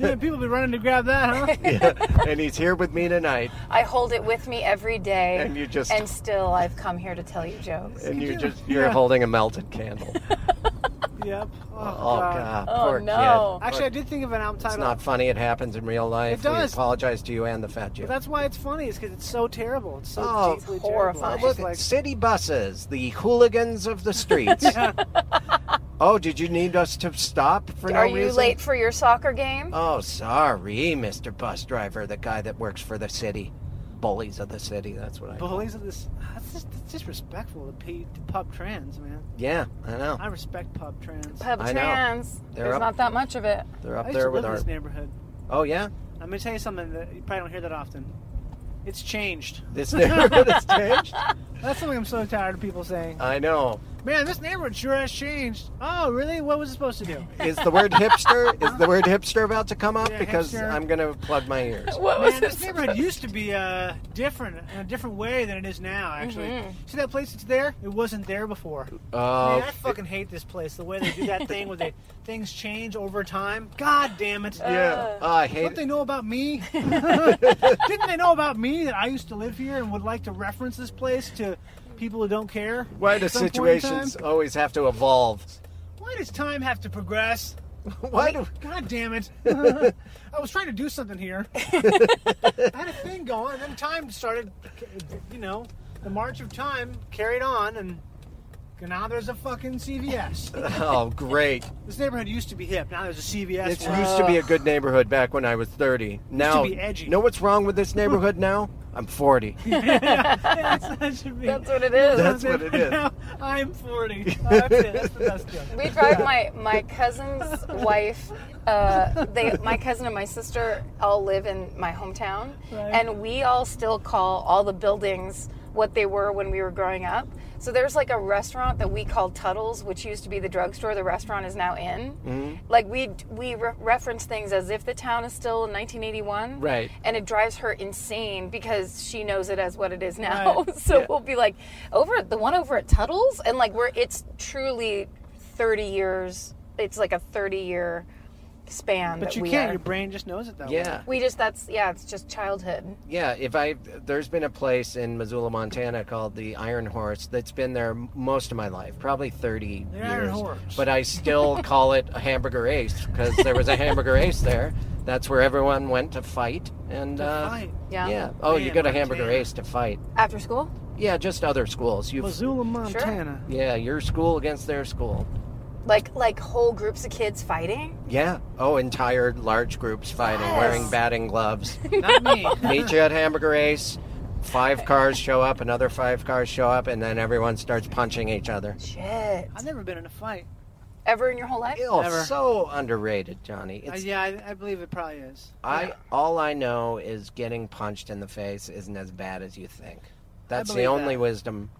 Speaker 6: Yeah, people be running to grab that, huh?
Speaker 4: and he's here with me tonight,
Speaker 5: I hold it with me every day.
Speaker 4: And you just-
Speaker 5: And still, I've come here to tell you jokes.
Speaker 4: and you're just you're holding a melted candle.
Speaker 6: yep. Oh,
Speaker 4: Oh
Speaker 6: God.
Speaker 4: God, poor
Speaker 5: no.
Speaker 4: kid.
Speaker 6: Actually, I did think of an album
Speaker 4: It's
Speaker 6: title.
Speaker 4: not funny. It happens in real life.
Speaker 6: It does.
Speaker 4: We apologize to you and the fat Jew.
Speaker 6: But that's why it's funny. Is because it's so terrible. It's so
Speaker 4: Oh,
Speaker 6: deeply
Speaker 5: it's horrifying.
Speaker 6: terrible.
Speaker 4: Look
Speaker 6: It's
Speaker 4: at
Speaker 6: just
Speaker 4: city buses, the hooligans of the streets. Oh, did you need us to stop for no
Speaker 5: Are you
Speaker 4: reason?
Speaker 5: late for your soccer game?
Speaker 4: Oh, sorry, Mr. Bus Driver, the guy that works for the city. Bullies of the city, that's what I
Speaker 6: like bullies of this. That's just that's disrespectful to, P, to pub trans, man.
Speaker 4: Yeah, I know.
Speaker 6: I respect pub trans.
Speaker 5: Pub
Speaker 4: I know.
Speaker 5: trans.
Speaker 4: They're
Speaker 5: There's
Speaker 4: up-
Speaker 5: not that much of it.
Speaker 4: They're
Speaker 6: I
Speaker 4: up
Speaker 6: used
Speaker 4: there
Speaker 6: to
Speaker 4: with
Speaker 6: live in
Speaker 4: our.
Speaker 6: this neighborhood.
Speaker 4: Oh, yeah?
Speaker 6: I'm gonna tell you something that you probably don't hear that often. It's changed.
Speaker 4: This neighborhood has changed?
Speaker 6: That's something I'm so tired of people saying.
Speaker 4: I know.
Speaker 6: man, this neighborhood sure has changed. Oh, really? What was it supposed to do?
Speaker 4: Is the word hipster? Is the word hipster about to come up?
Speaker 6: Yeah,
Speaker 4: because
Speaker 6: hipster.
Speaker 4: I'm gonna plug my ears.
Speaker 2: What was
Speaker 6: Man,
Speaker 2: this?
Speaker 6: this neighborhood used to be uh, different in a different way than it is now. Actually, see that place that's there? It wasn't there before.
Speaker 4: Uh,
Speaker 6: Man, I fucking hate this place. The way they do that thing where they things change over time. God damn it! Yeah.
Speaker 4: oh, I
Speaker 6: Don't
Speaker 4: hate.
Speaker 6: they know about me? Didn't they know about me that I used to live here and would like to reference this place to people who don't care?
Speaker 4: Why do
Speaker 6: at some point in
Speaker 4: situations
Speaker 6: time?
Speaker 4: always have to evolve?
Speaker 6: Why does time have to progress?
Speaker 4: Why do?
Speaker 6: God damn it. I was trying to do something here. I had a thing going, and then time started, you know, the march of time carried on, and now there's a fucking CVS.
Speaker 4: Oh, great!
Speaker 6: this neighborhood used to be hip, now there's a CVS.
Speaker 4: It
Speaker 6: one.
Speaker 4: used to be a good neighborhood back when I was 30. Now,
Speaker 6: be edgy.
Speaker 4: know what's wrong with this neighborhood now? I'm 40.
Speaker 6: That should be-
Speaker 5: That's what it is.
Speaker 4: That's what it is.
Speaker 6: Now I'm 40. Oh, that's it. That's the best joke.
Speaker 5: We drive my my cousin's wife. Uh, they my cousin and my sister all live in my hometown, and we all still call all the buildings what they were when we were growing up. So there's like a restaurant that we call Tuttle's, which used to be the drugstore. The restaurant is now in. Like we we re- reference things as if the town is still in 1981.
Speaker 4: Right.
Speaker 5: And it drives her insane because she knows it as what it is now. so we'll be like, over at- the one over at Tuttle's, and like where it's truly 30 years. It's like a 30 year span.
Speaker 6: But
Speaker 5: that
Speaker 6: you
Speaker 5: we
Speaker 6: can't.
Speaker 5: Are.
Speaker 6: Your brain just knows it that way.
Speaker 4: Yeah,
Speaker 5: We just that's yeah. It's just childhood.
Speaker 4: yeah. If I there's been a place in Missoula, Montana called the Iron Horse that's been there most of my life, probably 30
Speaker 6: The
Speaker 4: years.
Speaker 6: Iron Horse.
Speaker 4: But I still call it a Hamburger Ace because there was a Hamburger Ace there. That's where everyone went to fight. And uh,
Speaker 6: fight.
Speaker 5: Yeah.
Speaker 4: Oh, you
Speaker 6: Man,
Speaker 4: go to Hamburger
Speaker 6: Montana.
Speaker 4: Ace to fight.
Speaker 5: After school.
Speaker 4: Yeah, just other schools. You.
Speaker 6: Missoula, Montana.
Speaker 4: Yeah, your school against their school.
Speaker 5: Like like whole groups of kids fighting.
Speaker 4: Yeah. Oh, entire large groups fighting, wearing batting gloves.
Speaker 6: Not me.
Speaker 4: Meet you at Hamburger Ace. Five cars show up, another five cars show up, and then everyone starts punching each other.
Speaker 5: Shit.
Speaker 6: I've never been in a fight.
Speaker 5: Ever in your whole life?
Speaker 4: Oh,
Speaker 6: Never.
Speaker 4: so underrated, Johnny.
Speaker 6: Uh,
Speaker 4: It's,
Speaker 6: yeah, I, I believe it probably is.
Speaker 4: I all I know is getting punched in the face isn't as bad as you think. That's the
Speaker 6: believe
Speaker 4: only
Speaker 6: that.
Speaker 4: wisdom.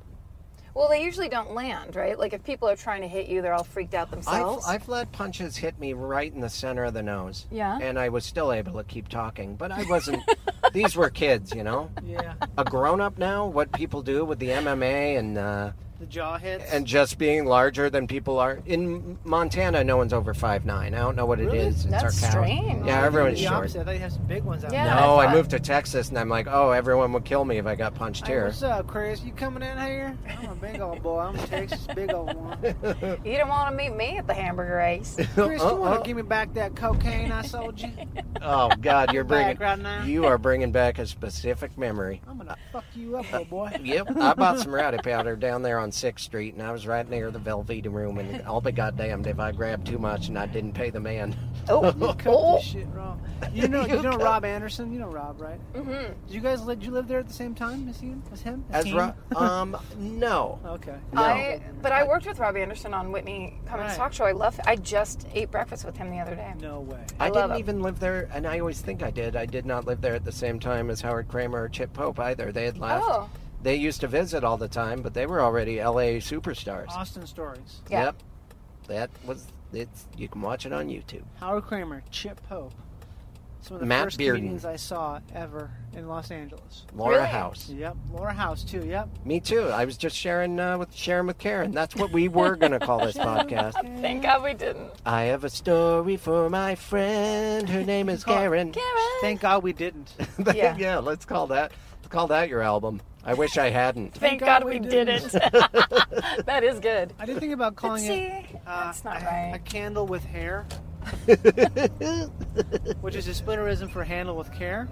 Speaker 5: Well, they usually don't land, right? Like if people are trying to hit you, they're all freaked out
Speaker 4: I've,
Speaker 5: themselves.
Speaker 4: I've let punches hit me right in the center of the nose.
Speaker 5: Yeah.
Speaker 4: And I was still able to keep talking, but I wasn't. these were kids, you know.
Speaker 6: Yeah,
Speaker 4: A grown up now, what people do with the MMA and uh,
Speaker 6: the jaw hits.
Speaker 4: and just being larger than people are in Montana. No one's over five nine. I don't know what it is. It's
Speaker 5: That's
Speaker 4: our county.
Speaker 5: strange.
Speaker 4: Yeah, everyone's
Speaker 6: Oh, the
Speaker 4: short.
Speaker 6: opposite. I thought you have some big ones out
Speaker 5: Yeah.
Speaker 6: there.
Speaker 4: No,
Speaker 5: I
Speaker 4: I,
Speaker 5: thought-
Speaker 4: moved to Texas and I'm like, oh, everyone would kill me if I got punched
Speaker 6: Hey,
Speaker 4: here.
Speaker 6: what's up, Chris? You coming in here? I'm a big old boy. I'm a Texas big old one.
Speaker 4: Uh,
Speaker 5: you don't want to meet me at the hamburger race.
Speaker 6: Chris, you want
Speaker 4: uh.
Speaker 6: to give me back that cocaine I sold you?
Speaker 4: Oh God, you're bringing
Speaker 6: Back right now.
Speaker 4: you are bringing back a specific memory.
Speaker 6: I'm gonna fuck you up, old boy.
Speaker 4: Yep, I bought some rowdy powder down there on Sixth Street, and I was right near the Velveeta room. And I'll be goddamned if I grabbed too much and I didn't pay the man.
Speaker 5: Oh,
Speaker 6: Cut
Speaker 5: oh.
Speaker 6: this shit wrong. You know, you, know Rob Anderson. You know Rob, right? Mm-hmm. Did you guys live? Did you live there at the same time as him? As him?
Speaker 4: As
Speaker 6: him?
Speaker 4: ro- um, no,
Speaker 6: Okay.
Speaker 5: I, but I worked with Rob Anderson on Whitney Cummings'
Speaker 6: Right.
Speaker 5: talk show. I love. I just ate breakfast with him the other day.
Speaker 6: No way.
Speaker 4: I, didn't
Speaker 5: love him.
Speaker 4: even live there, and I always think I did. I did not live there at the same time as Howard Kramer or Chip Pope either. They had left.
Speaker 5: Oh.
Speaker 4: They used to visit all the time, but they were already LA superstars.
Speaker 6: Austin stories.
Speaker 5: Yeah.
Speaker 4: Yep, that was it's. You can watch it on YouTube.
Speaker 6: Howard Kramer, Chip Pope. Some of the
Speaker 4: Matt
Speaker 6: first
Speaker 4: Bearden.
Speaker 6: comedians I saw ever in Los Angeles.
Speaker 4: Laura
Speaker 5: Really?
Speaker 4: House.
Speaker 6: Yep. Laura House too. Yep.
Speaker 4: Me too. I was just sharing uh, with sharing with Karen. That's what we were gonna call this podcast.
Speaker 5: Thank God we didn't.
Speaker 4: I have a story for my friend. Her name is Karen.
Speaker 6: Thank God we didn't.
Speaker 5: Yeah.
Speaker 4: let's call that let's call that your album. I wish I hadn't.
Speaker 5: Thank God, we didn't. that is good.
Speaker 6: I did think about calling it uh,
Speaker 5: See, that's not
Speaker 6: a
Speaker 5: right.
Speaker 6: candle with hair, which is a splinterism for handle with care.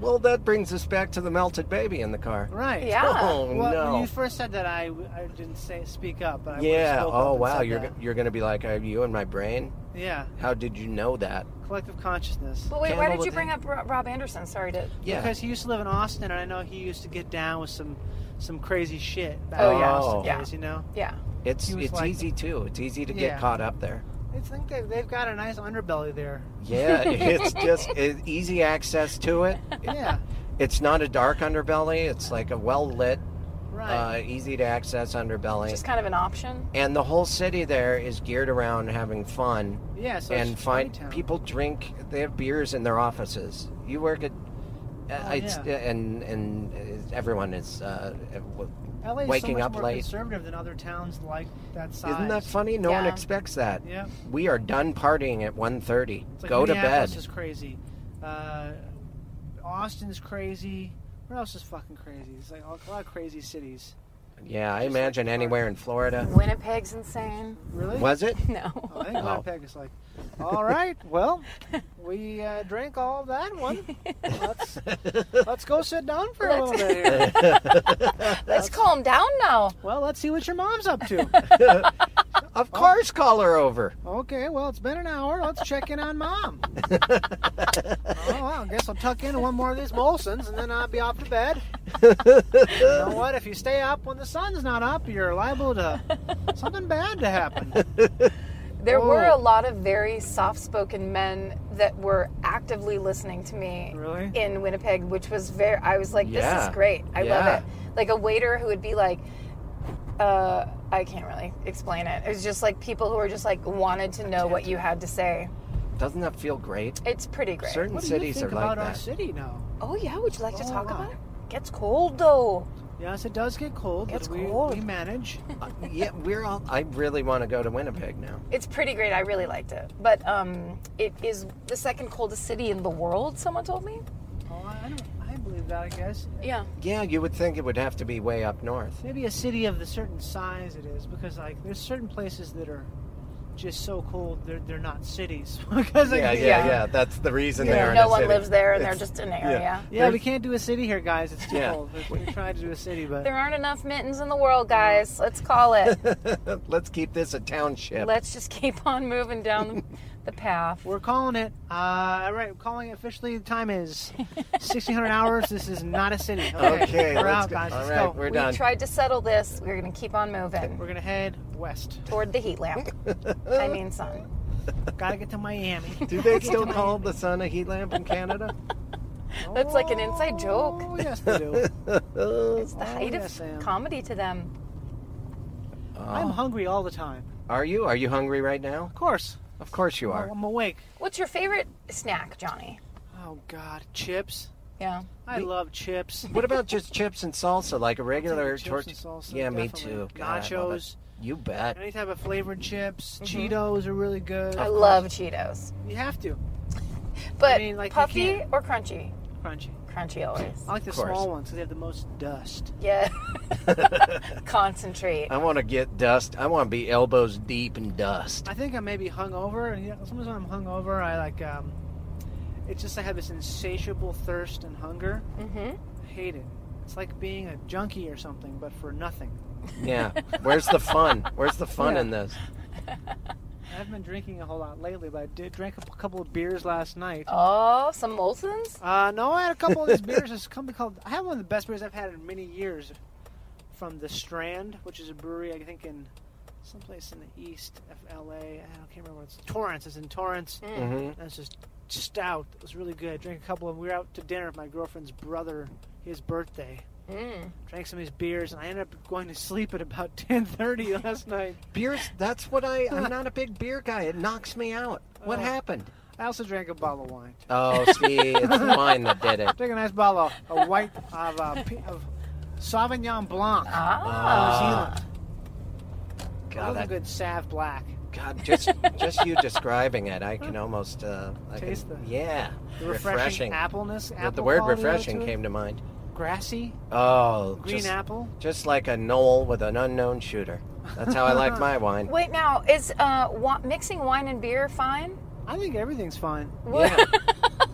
Speaker 4: Well, that brings us back to the melted baby in the car.
Speaker 6: Right.
Speaker 5: Yeah.
Speaker 4: Oh
Speaker 6: Well,
Speaker 4: no.
Speaker 6: when you first said that, I, I didn't say speak up, but I would've
Speaker 4: yeah.
Speaker 6: spoke up
Speaker 4: Oh
Speaker 6: and
Speaker 4: wow.
Speaker 6: said
Speaker 4: You're
Speaker 6: that.
Speaker 4: go- you're gonna be like, are you in my brain?
Speaker 6: yeah
Speaker 4: How did you know that?
Speaker 6: collective consciousness.
Speaker 5: But wait, why
Speaker 4: Candle
Speaker 5: did you
Speaker 4: with
Speaker 5: bring up Ro- Rob Anderson? Sorry to.
Speaker 4: Yeah.
Speaker 6: Because he used to live in Austin, and I know he used to get down with some some crazy shit back
Speaker 5: Oh,
Speaker 6: in
Speaker 5: yeah.
Speaker 6: Austin
Speaker 5: Yeah.
Speaker 6: days, you know.
Speaker 5: Yeah.
Speaker 4: it's
Speaker 6: he was
Speaker 4: it's
Speaker 6: like-
Speaker 4: easy too. It's easy to
Speaker 6: Yeah.
Speaker 4: get caught up there.
Speaker 6: I think they've, they've got a nice underbelly there.
Speaker 4: Yeah. it's just it, easy access to it.
Speaker 6: Yeah.
Speaker 4: It's not a dark underbelly. It's like a well lit
Speaker 6: Right.
Speaker 4: uh, easy to access underbelly.
Speaker 5: Just kind of an option.
Speaker 4: and the whole city there is geared around having fun
Speaker 6: yeah. So
Speaker 4: and
Speaker 6: it's
Speaker 4: find
Speaker 6: Chinatown.
Speaker 4: people drink. They have beers in their offices. You work at. uh, it's,
Speaker 6: Oh, yeah.
Speaker 4: And and uh, everyone is uh, w-
Speaker 6: LA is
Speaker 4: waking
Speaker 6: so much
Speaker 4: up
Speaker 6: more
Speaker 4: late.
Speaker 6: conservative than other towns like that size.
Speaker 4: Isn't that funny? No one
Speaker 5: Yeah.
Speaker 4: expects that.
Speaker 6: Yeah.
Speaker 4: We are done partying at 1.30.
Speaker 6: It's like
Speaker 4: Go to
Speaker 6: Minneapolis
Speaker 4: bed.
Speaker 6: Is crazy. Uh, Austin's crazy. Where else is fucking crazy? It's like a lot of crazy cities.
Speaker 4: Yeah, I imagine anywhere in Florida.
Speaker 5: Winnipeg's insane.
Speaker 6: Really?
Speaker 4: Was it?
Speaker 5: No.
Speaker 6: I think
Speaker 4: Oh.
Speaker 6: Winnipeg is like, all right, well, we uh, drank all that one. Let's let's go sit down for a little bit here.
Speaker 5: Let's calm down now.
Speaker 6: Well, let's see what your mom's up to.
Speaker 4: Of
Speaker 6: Oh.
Speaker 4: course, call her over.
Speaker 6: Okay, well, it's been an hour. Let's check in on mom. oh, well, I guess I'll tuck in one more of these Molsons and then I'll be off to bed. you know what? If you stay up when the sun's not up, you're liable to something bad to happen.
Speaker 5: There were
Speaker 6: Oh.
Speaker 5: a lot of very soft spoken men that were actively listening to me
Speaker 6: Really?
Speaker 5: in Winnipeg, which was very, I was like, this
Speaker 4: Yeah.
Speaker 5: is great. I
Speaker 4: Yeah.
Speaker 5: love it. Like a waiter who would be like, uh, I can't really explain it. It was just like people who were just like wanted to know what you had to say.
Speaker 4: Doesn't that feel great?
Speaker 5: It's pretty great.
Speaker 4: Certain
Speaker 6: What do you
Speaker 4: cities
Speaker 6: think
Speaker 4: are like
Speaker 6: about our
Speaker 4: that.
Speaker 6: city now?
Speaker 5: Oh, yeah. Would you like to
Speaker 6: Oh,
Speaker 5: talk
Speaker 6: wow.
Speaker 5: about it? Gets cold though.
Speaker 6: Yes, it does get cold,
Speaker 5: Gets
Speaker 6: but we,
Speaker 5: cold.
Speaker 6: we manage.
Speaker 4: Uh, yeah, we're all. I really want to go to Winnipeg now.
Speaker 5: It's pretty great. I really liked it. But um, it is the second coldest city in the world, someone told me.
Speaker 6: Oh, I, don't, I believe that, I guess.
Speaker 5: Yeah.
Speaker 4: Yeah, you would think it would have to be way up north.
Speaker 6: Maybe a city of the certain size it is, because like there's certain places that are just so cold they're they're not cities. because like,
Speaker 4: Yeah, yeah, yeah.
Speaker 5: Yeah.
Speaker 4: That's the reason
Speaker 5: You know,
Speaker 4: they're. in
Speaker 5: no
Speaker 4: a
Speaker 5: one
Speaker 4: city.
Speaker 5: lives there and
Speaker 4: It's-
Speaker 5: they're just an area.
Speaker 6: Yeah, we can't do a city here, guys. It's too
Speaker 4: Yeah.
Speaker 6: cold. We're, we're trying to do a city, but
Speaker 5: There aren't enough mittens in the world, guys. Let's call it.
Speaker 4: Let's keep this a township.
Speaker 5: Let's just keep on moving down the path.
Speaker 6: we're calling it. Uh, all right, we're calling it officially. The time is 1600 hours. This is not a city. Okay,
Speaker 4: okay,
Speaker 6: we're
Speaker 4: let's
Speaker 6: out,
Speaker 4: go.
Speaker 6: guys.
Speaker 4: All
Speaker 6: Let's
Speaker 4: right,
Speaker 6: go.
Speaker 4: we're
Speaker 5: We
Speaker 4: done.
Speaker 5: tried to settle this. We're going to keep on moving
Speaker 6: We're gonna head west.
Speaker 5: toward the heat lamp. I mean, sun.
Speaker 6: Gotta get to Miami.
Speaker 4: Do they still call the sun a heat lamp in Canada?
Speaker 5: That's like an inside joke.
Speaker 6: Oh yes, we do.
Speaker 5: It's the height
Speaker 6: Oh, yes, Sam.
Speaker 5: of comedy to them.
Speaker 4: Oh.
Speaker 6: I'm hungry all the time.
Speaker 4: Are you? Are you hungry right now?
Speaker 6: Of course,
Speaker 4: Of course you are.
Speaker 6: I'm awake.
Speaker 5: What's your favorite snack, Johnny?
Speaker 6: Oh God, chips.
Speaker 5: Yeah.
Speaker 6: I love chips.
Speaker 4: What about just chips and salsa, like a regular
Speaker 6: chips
Speaker 4: tort-
Speaker 6: and salsa,
Speaker 4: Yeah, me
Speaker 6: definitely.
Speaker 4: too. God, I love it.
Speaker 6: Nachos.
Speaker 4: You bet.
Speaker 6: Any type of flavored chips. Cheetos are really good.
Speaker 5: Mm-hmm. I love Cheetos.
Speaker 6: You have to.
Speaker 5: But
Speaker 6: mean, like, you
Speaker 5: puffy
Speaker 6: can't-
Speaker 5: or crunchy?
Speaker 6: Crunchy.
Speaker 5: Crunchy always.
Speaker 6: I like the
Speaker 4: Of course.
Speaker 6: small ones because they have the most dust.
Speaker 5: Yeah. Concentrate.
Speaker 4: I want to get dust. I want to be elbows deep in dust.
Speaker 6: I think I may be hungover, and you know, sometimes when I'm hungover, I like um, it's just I have this insatiable thirst and hunger. Mm-hmm. I hate it. It's like being a junkie or something, but for nothing.
Speaker 4: Yeah. Where's the fun? Where's the fun in this?
Speaker 6: I haven't been drinking a whole lot lately, but I did drank a couple of beers last night.
Speaker 5: Oh, some Molsons?
Speaker 6: Uh, no, I had a couple of these beers. This company called I had one of the best beers I've had in many years, from the Strand, which is a brewery I think in someplace in the east of LA. I don't can't remember where it's Torrance. It's in Torrance.
Speaker 4: Mhm.
Speaker 6: And it's just stout. It was really good. Drank a couple of. We were out to dinner with my girlfriend's brother, his birthday. Drank some of his beers, and I ended up going to sleep at about ten thirty last night.
Speaker 4: Beers. That's what I. I'm not a big beer guy. It knocks me out. What happened?
Speaker 6: I also drank a bottle of wine.
Speaker 4: Oh, see, it's the wine that did it.
Speaker 6: Drank a nice bottle of, of white of, uh, p- of Sauvignon Blanc.
Speaker 4: Ah.
Speaker 6: I
Speaker 4: God,
Speaker 6: love a
Speaker 4: that,
Speaker 6: good Sav Black.
Speaker 4: God, just just you describing it, I can almost uh, I
Speaker 6: Taste
Speaker 4: can,
Speaker 6: the-
Speaker 4: yeah,
Speaker 6: The refreshing, appleness. Apple
Speaker 4: But the word
Speaker 6: quality
Speaker 4: refreshing
Speaker 6: to it.
Speaker 4: came to mind.
Speaker 6: Grassy,
Speaker 4: Oh,
Speaker 6: green
Speaker 4: just,
Speaker 6: apple.
Speaker 4: just like a knoll with an unknown shooter. That's how I like my wine.
Speaker 5: Wait, now, is uh, wa- mixing wine and beer fine?
Speaker 6: I think everything's fine.
Speaker 4: Yeah.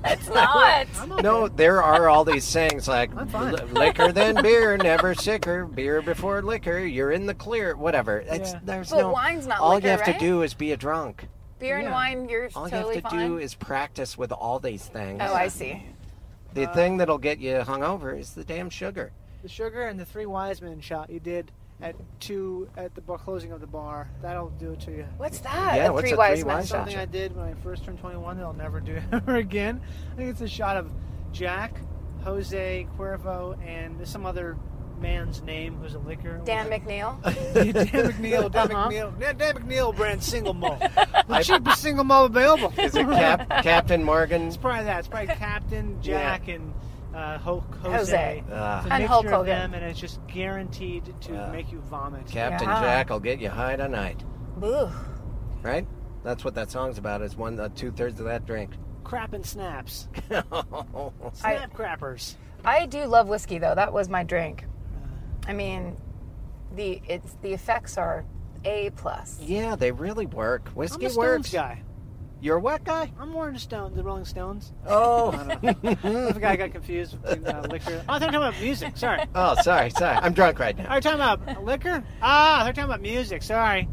Speaker 5: It's not.
Speaker 6: I'm okay.
Speaker 4: No, there are all these sayings like
Speaker 6: I'm fine.
Speaker 4: "Li- liquor than beer, never sicker, beer before liquor, you're in the clear, whatever. It's
Speaker 6: Yeah.
Speaker 4: there's
Speaker 5: But
Speaker 4: no
Speaker 5: wine's not
Speaker 4: All
Speaker 5: liquor,
Speaker 4: you have to
Speaker 5: right?
Speaker 4: do is be a drunk.
Speaker 5: beer and
Speaker 6: Yeah.
Speaker 5: wine, you're
Speaker 4: All
Speaker 5: totally
Speaker 4: you have to
Speaker 5: fine.
Speaker 4: do is practice with all these things.
Speaker 5: oh, I see.
Speaker 4: the thing that'll get you hungover is the damn sugar.
Speaker 6: The sugar and the three wise men shot you did at two at the bar, closing of the bar. That'll do it to you.
Speaker 5: What's that?
Speaker 4: Yeah,
Speaker 5: the
Speaker 4: what's
Speaker 5: Uh, three
Speaker 4: a
Speaker 5: wise
Speaker 4: three
Speaker 5: men
Speaker 4: wise
Speaker 5: shot.
Speaker 6: Something I did when I first turned 21 that I'll never do ever again. I think it's a shot of Jack, Jose Cuervo, and some other man's name who's a liquor?
Speaker 5: Dan McNeil.
Speaker 6: Dan McNeil. Dan
Speaker 5: Uh-huh.
Speaker 6: McNeil. Dan, Dan McNeil brand single malt. The cheapest single malt available.
Speaker 4: Is it Cap- Captain Morgan?
Speaker 6: It's probably that. It's probably Captain Jack and uh, Ho- Jose.
Speaker 5: Jose. Uh.
Speaker 4: Ah.
Speaker 6: It's a
Speaker 5: And
Speaker 6: mixture
Speaker 5: Hulk
Speaker 6: of
Speaker 5: Hogan. Uh.
Speaker 6: them, and it's just guaranteed to
Speaker 4: Yeah.
Speaker 6: make you vomit.
Speaker 4: Captain
Speaker 5: Yeah.
Speaker 4: Jack will get you high tonight,
Speaker 5: Boo.
Speaker 4: right? That's what that song's about. Is one uh, two thirds of that drink.
Speaker 6: Crap and snaps.
Speaker 4: I
Speaker 6: Snap crappers.
Speaker 5: I do love whiskey though. That was my drink. I mean, the it's the effects are a plus.
Speaker 4: Yeah, they really work.
Speaker 6: I'm
Speaker 4: Whiskey
Speaker 6: a Stones
Speaker 4: works.
Speaker 6: guy.
Speaker 4: You're a what guy?
Speaker 6: I'm more into Stone, the Rolling Stones.
Speaker 4: Oh.
Speaker 6: I think I got confused between uh, liquor. Oh, they're talking about music. Sorry.
Speaker 4: oh, sorry, sorry. I'm drunk right
Speaker 6: Are
Speaker 4: now.
Speaker 6: you talking about liquor? Ah, they're talking about music. Sorry.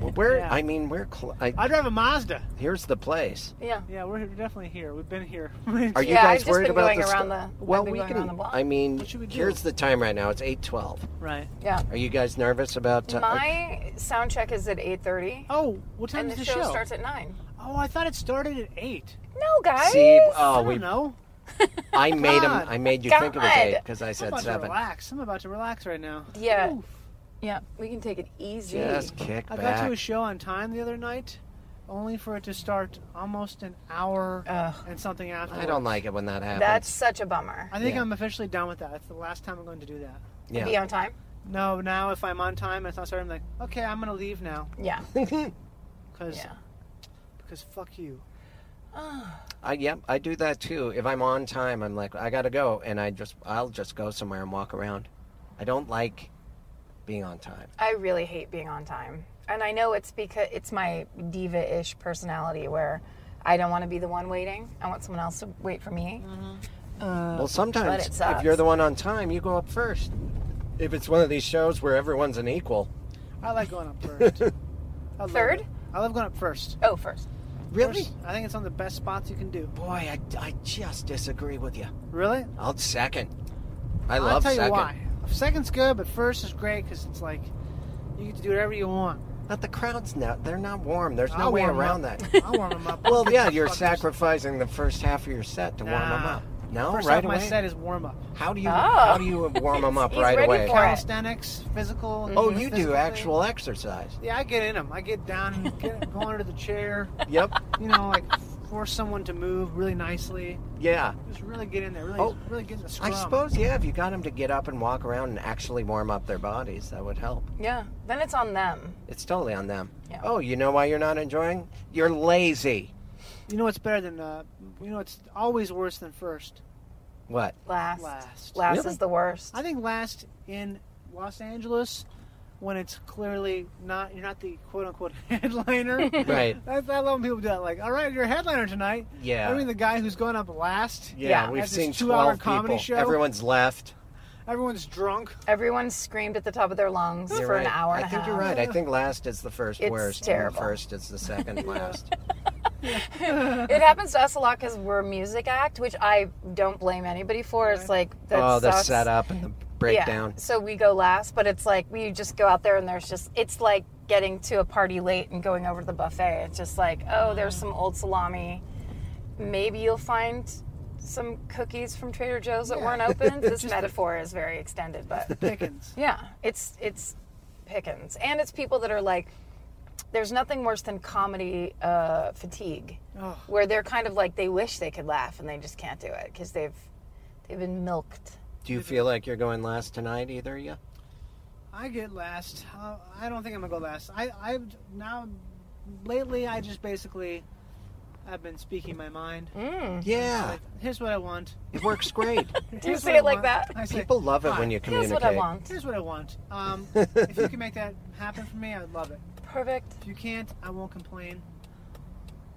Speaker 4: Well, We're,
Speaker 6: Yeah.
Speaker 4: I mean, we're. Cl- I,
Speaker 6: I drive a Mazda.
Speaker 4: here's the place.
Speaker 5: Yeah.
Speaker 6: Yeah, we're definitely here. We've been here.
Speaker 4: Are you
Speaker 5: Yeah, I've
Speaker 4: guys
Speaker 5: just
Speaker 4: worried
Speaker 5: been
Speaker 4: about
Speaker 5: going
Speaker 4: the sto-
Speaker 5: around the- I've
Speaker 4: Well,
Speaker 5: been
Speaker 4: we
Speaker 5: going
Speaker 4: can.
Speaker 5: around the block.
Speaker 4: I mean,
Speaker 6: What should we do?
Speaker 4: here's the time right now. It's eight twelve.
Speaker 6: right?
Speaker 5: Yeah.
Speaker 4: Are you guys nervous about? uh, ti-
Speaker 5: My sound check is at 8:30
Speaker 6: Oh, what time
Speaker 5: and
Speaker 6: is
Speaker 5: the
Speaker 6: the
Speaker 5: show, starts at 9.
Speaker 6: Oh, I thought it started at eight.
Speaker 5: No, guys.
Speaker 4: See,
Speaker 6: I
Speaker 4: oh,
Speaker 6: don't
Speaker 4: we.
Speaker 6: know.
Speaker 4: I made him.
Speaker 6: God.
Speaker 4: I made you think it was
Speaker 5: God.
Speaker 4: eight because I
Speaker 6: I'm
Speaker 4: said
Speaker 6: about to
Speaker 4: seven.
Speaker 6: relax. I'm about to relax right now.
Speaker 5: Yeah.
Speaker 6: Oof.
Speaker 5: Yeah, we can take it easy.
Speaker 4: Just kick
Speaker 6: I got
Speaker 4: back.
Speaker 6: to a show on time the other night, only for it to start almost an hour and something after.
Speaker 4: I don't like it when that happens.
Speaker 5: That's such a bummer.
Speaker 6: I think
Speaker 4: Yeah.
Speaker 6: I'm officially done with that. That's the last time I'm going to do that.
Speaker 4: yeah.
Speaker 5: Be on time.
Speaker 6: No, now if I'm on time and it's not starting, I'm like, okay, I'm gonna leave now
Speaker 5: Yeah.
Speaker 6: because
Speaker 5: Yeah.
Speaker 6: because fuck you.
Speaker 4: I yep, I do that too. If I'm on time, I'm like I gotta go, and I just I'll just go somewhere and walk around. I don't like being on time.
Speaker 5: I really hate being on time. And I know it's because it's my diva ish personality where I don't want to be the one waiting. I want someone else to wait for me.
Speaker 6: Oh,
Speaker 4: well,
Speaker 5: but
Speaker 4: sometimes
Speaker 5: it
Speaker 4: if
Speaker 5: sucks.
Speaker 4: you're the one on time, you go up first. If it's one of these shows where everyone's an equal,
Speaker 6: I like going up first. I love
Speaker 5: Third?
Speaker 6: it. I love going up first.
Speaker 5: Oh, first.
Speaker 4: really,
Speaker 6: First, I think it's on the best spots you can do.
Speaker 4: boy, I, I just disagree with you.
Speaker 6: Really?
Speaker 4: I'll second. I
Speaker 6: I'll
Speaker 4: love
Speaker 6: tell
Speaker 4: second.
Speaker 6: you why. Second's good, but first is great because it's like you get to do whatever you want.
Speaker 4: But the crowd's not. They're not warm. There's no
Speaker 6: I'll
Speaker 4: way
Speaker 6: warm 'em
Speaker 4: around
Speaker 6: up.
Speaker 4: that.
Speaker 6: I'll warm them up.
Speaker 4: Well, yeah, you're
Speaker 6: Fuckers.
Speaker 4: sacrificing the first half of your set to warm 'em warm them
Speaker 6: Nah.
Speaker 4: up. No,
Speaker 6: First
Speaker 4: right
Speaker 6: off,
Speaker 4: away.
Speaker 6: my set is warm up.
Speaker 4: How do you how do you warm them up
Speaker 5: Oh. He's
Speaker 4: right
Speaker 5: ready
Speaker 4: away?
Speaker 5: for it.
Speaker 6: Calisthenics, physical.
Speaker 4: Oh, you do
Speaker 6: physical
Speaker 4: actual exercise.
Speaker 6: thing. Yeah, I get in them. I get down, and get, go under the chair.
Speaker 4: Yep.
Speaker 6: You know, like force someone to move really nicely.
Speaker 4: Yeah.
Speaker 6: Just really get in there. Really,
Speaker 4: Oh,
Speaker 6: really get in the
Speaker 4: I
Speaker 6: scrum.
Speaker 4: suppose yeah. If you got them to get up and walk around and actually warm up their bodies, that would help.
Speaker 5: Yeah. Then it's on them.
Speaker 4: It's totally on them.
Speaker 5: Yeah.
Speaker 4: Oh, you know why you're not enjoying? You're lazy.
Speaker 6: You know what's better than uh, you know it's always worse than first.
Speaker 4: What?
Speaker 5: Last.
Speaker 6: Last.
Speaker 5: Last
Speaker 4: Really?
Speaker 5: is the worst.
Speaker 6: I think last in Los Angeles when it's clearly not you're not the quote unquote headliner.
Speaker 4: Right.
Speaker 6: I, I love when people do that. Like, all right, you're a headliner tonight.
Speaker 4: Yeah.
Speaker 6: I mean, the guy who's going up last.
Speaker 4: Yeah,
Speaker 5: Yeah.
Speaker 4: we've
Speaker 6: At this
Speaker 4: seen
Speaker 6: two-hour
Speaker 4: twelve
Speaker 6: comedy
Speaker 4: people.
Speaker 6: show?
Speaker 4: Everyone's left.
Speaker 6: Everyone's drunk.
Speaker 5: Everyone screamed at the top of their lungs
Speaker 4: You're
Speaker 5: for
Speaker 4: right.
Speaker 5: an hour and
Speaker 4: I
Speaker 5: a
Speaker 4: think
Speaker 5: half.
Speaker 4: you're right. I think last is the first
Speaker 5: It's
Speaker 4: worst. And
Speaker 5: terrible.
Speaker 4: the first is the second last.
Speaker 5: It happens to us a lot because we're a music act, which I don't blame anybody for. It's like that
Speaker 4: oh, the
Speaker 5: sucks.
Speaker 4: setup and the breakdown.
Speaker 5: Yeah. So we go last, but it's like we just go out there and there's just it's like getting to a party late and going over to the buffet. It's just like, oh, there's some old salami. Maybe you'll find some cookies from Trader Joe's that weren't open. This metaphor is very extended, but
Speaker 6: Pickens.
Speaker 5: yeah, it's it's pickings. And it's people that are like there's nothing worse than comedy uh, fatigue, where they're kind of like they wish they could laugh and they just can't do it because they've they've been milked.
Speaker 4: Do you feel like you're going last tonight, either of you?
Speaker 6: I get last. Uh, I don't think I'm gonna go last. I I now lately I just basically I've been speaking my mind.
Speaker 4: Mm.
Speaker 5: Mm-hmm.
Speaker 4: Yeah,
Speaker 6: Here's what I want.
Speaker 4: it works great.
Speaker 5: Do you
Speaker 6: Here's
Speaker 5: say
Speaker 6: what I
Speaker 5: it like
Speaker 6: want.
Speaker 5: that?
Speaker 6: I say,
Speaker 4: People love it when you
Speaker 5: Here's
Speaker 4: communicate.
Speaker 5: what I want.
Speaker 6: Here's what I want. Um, if you can make that happen for me, I would love it.
Speaker 5: Perfect.
Speaker 6: If you can't, I won't complain.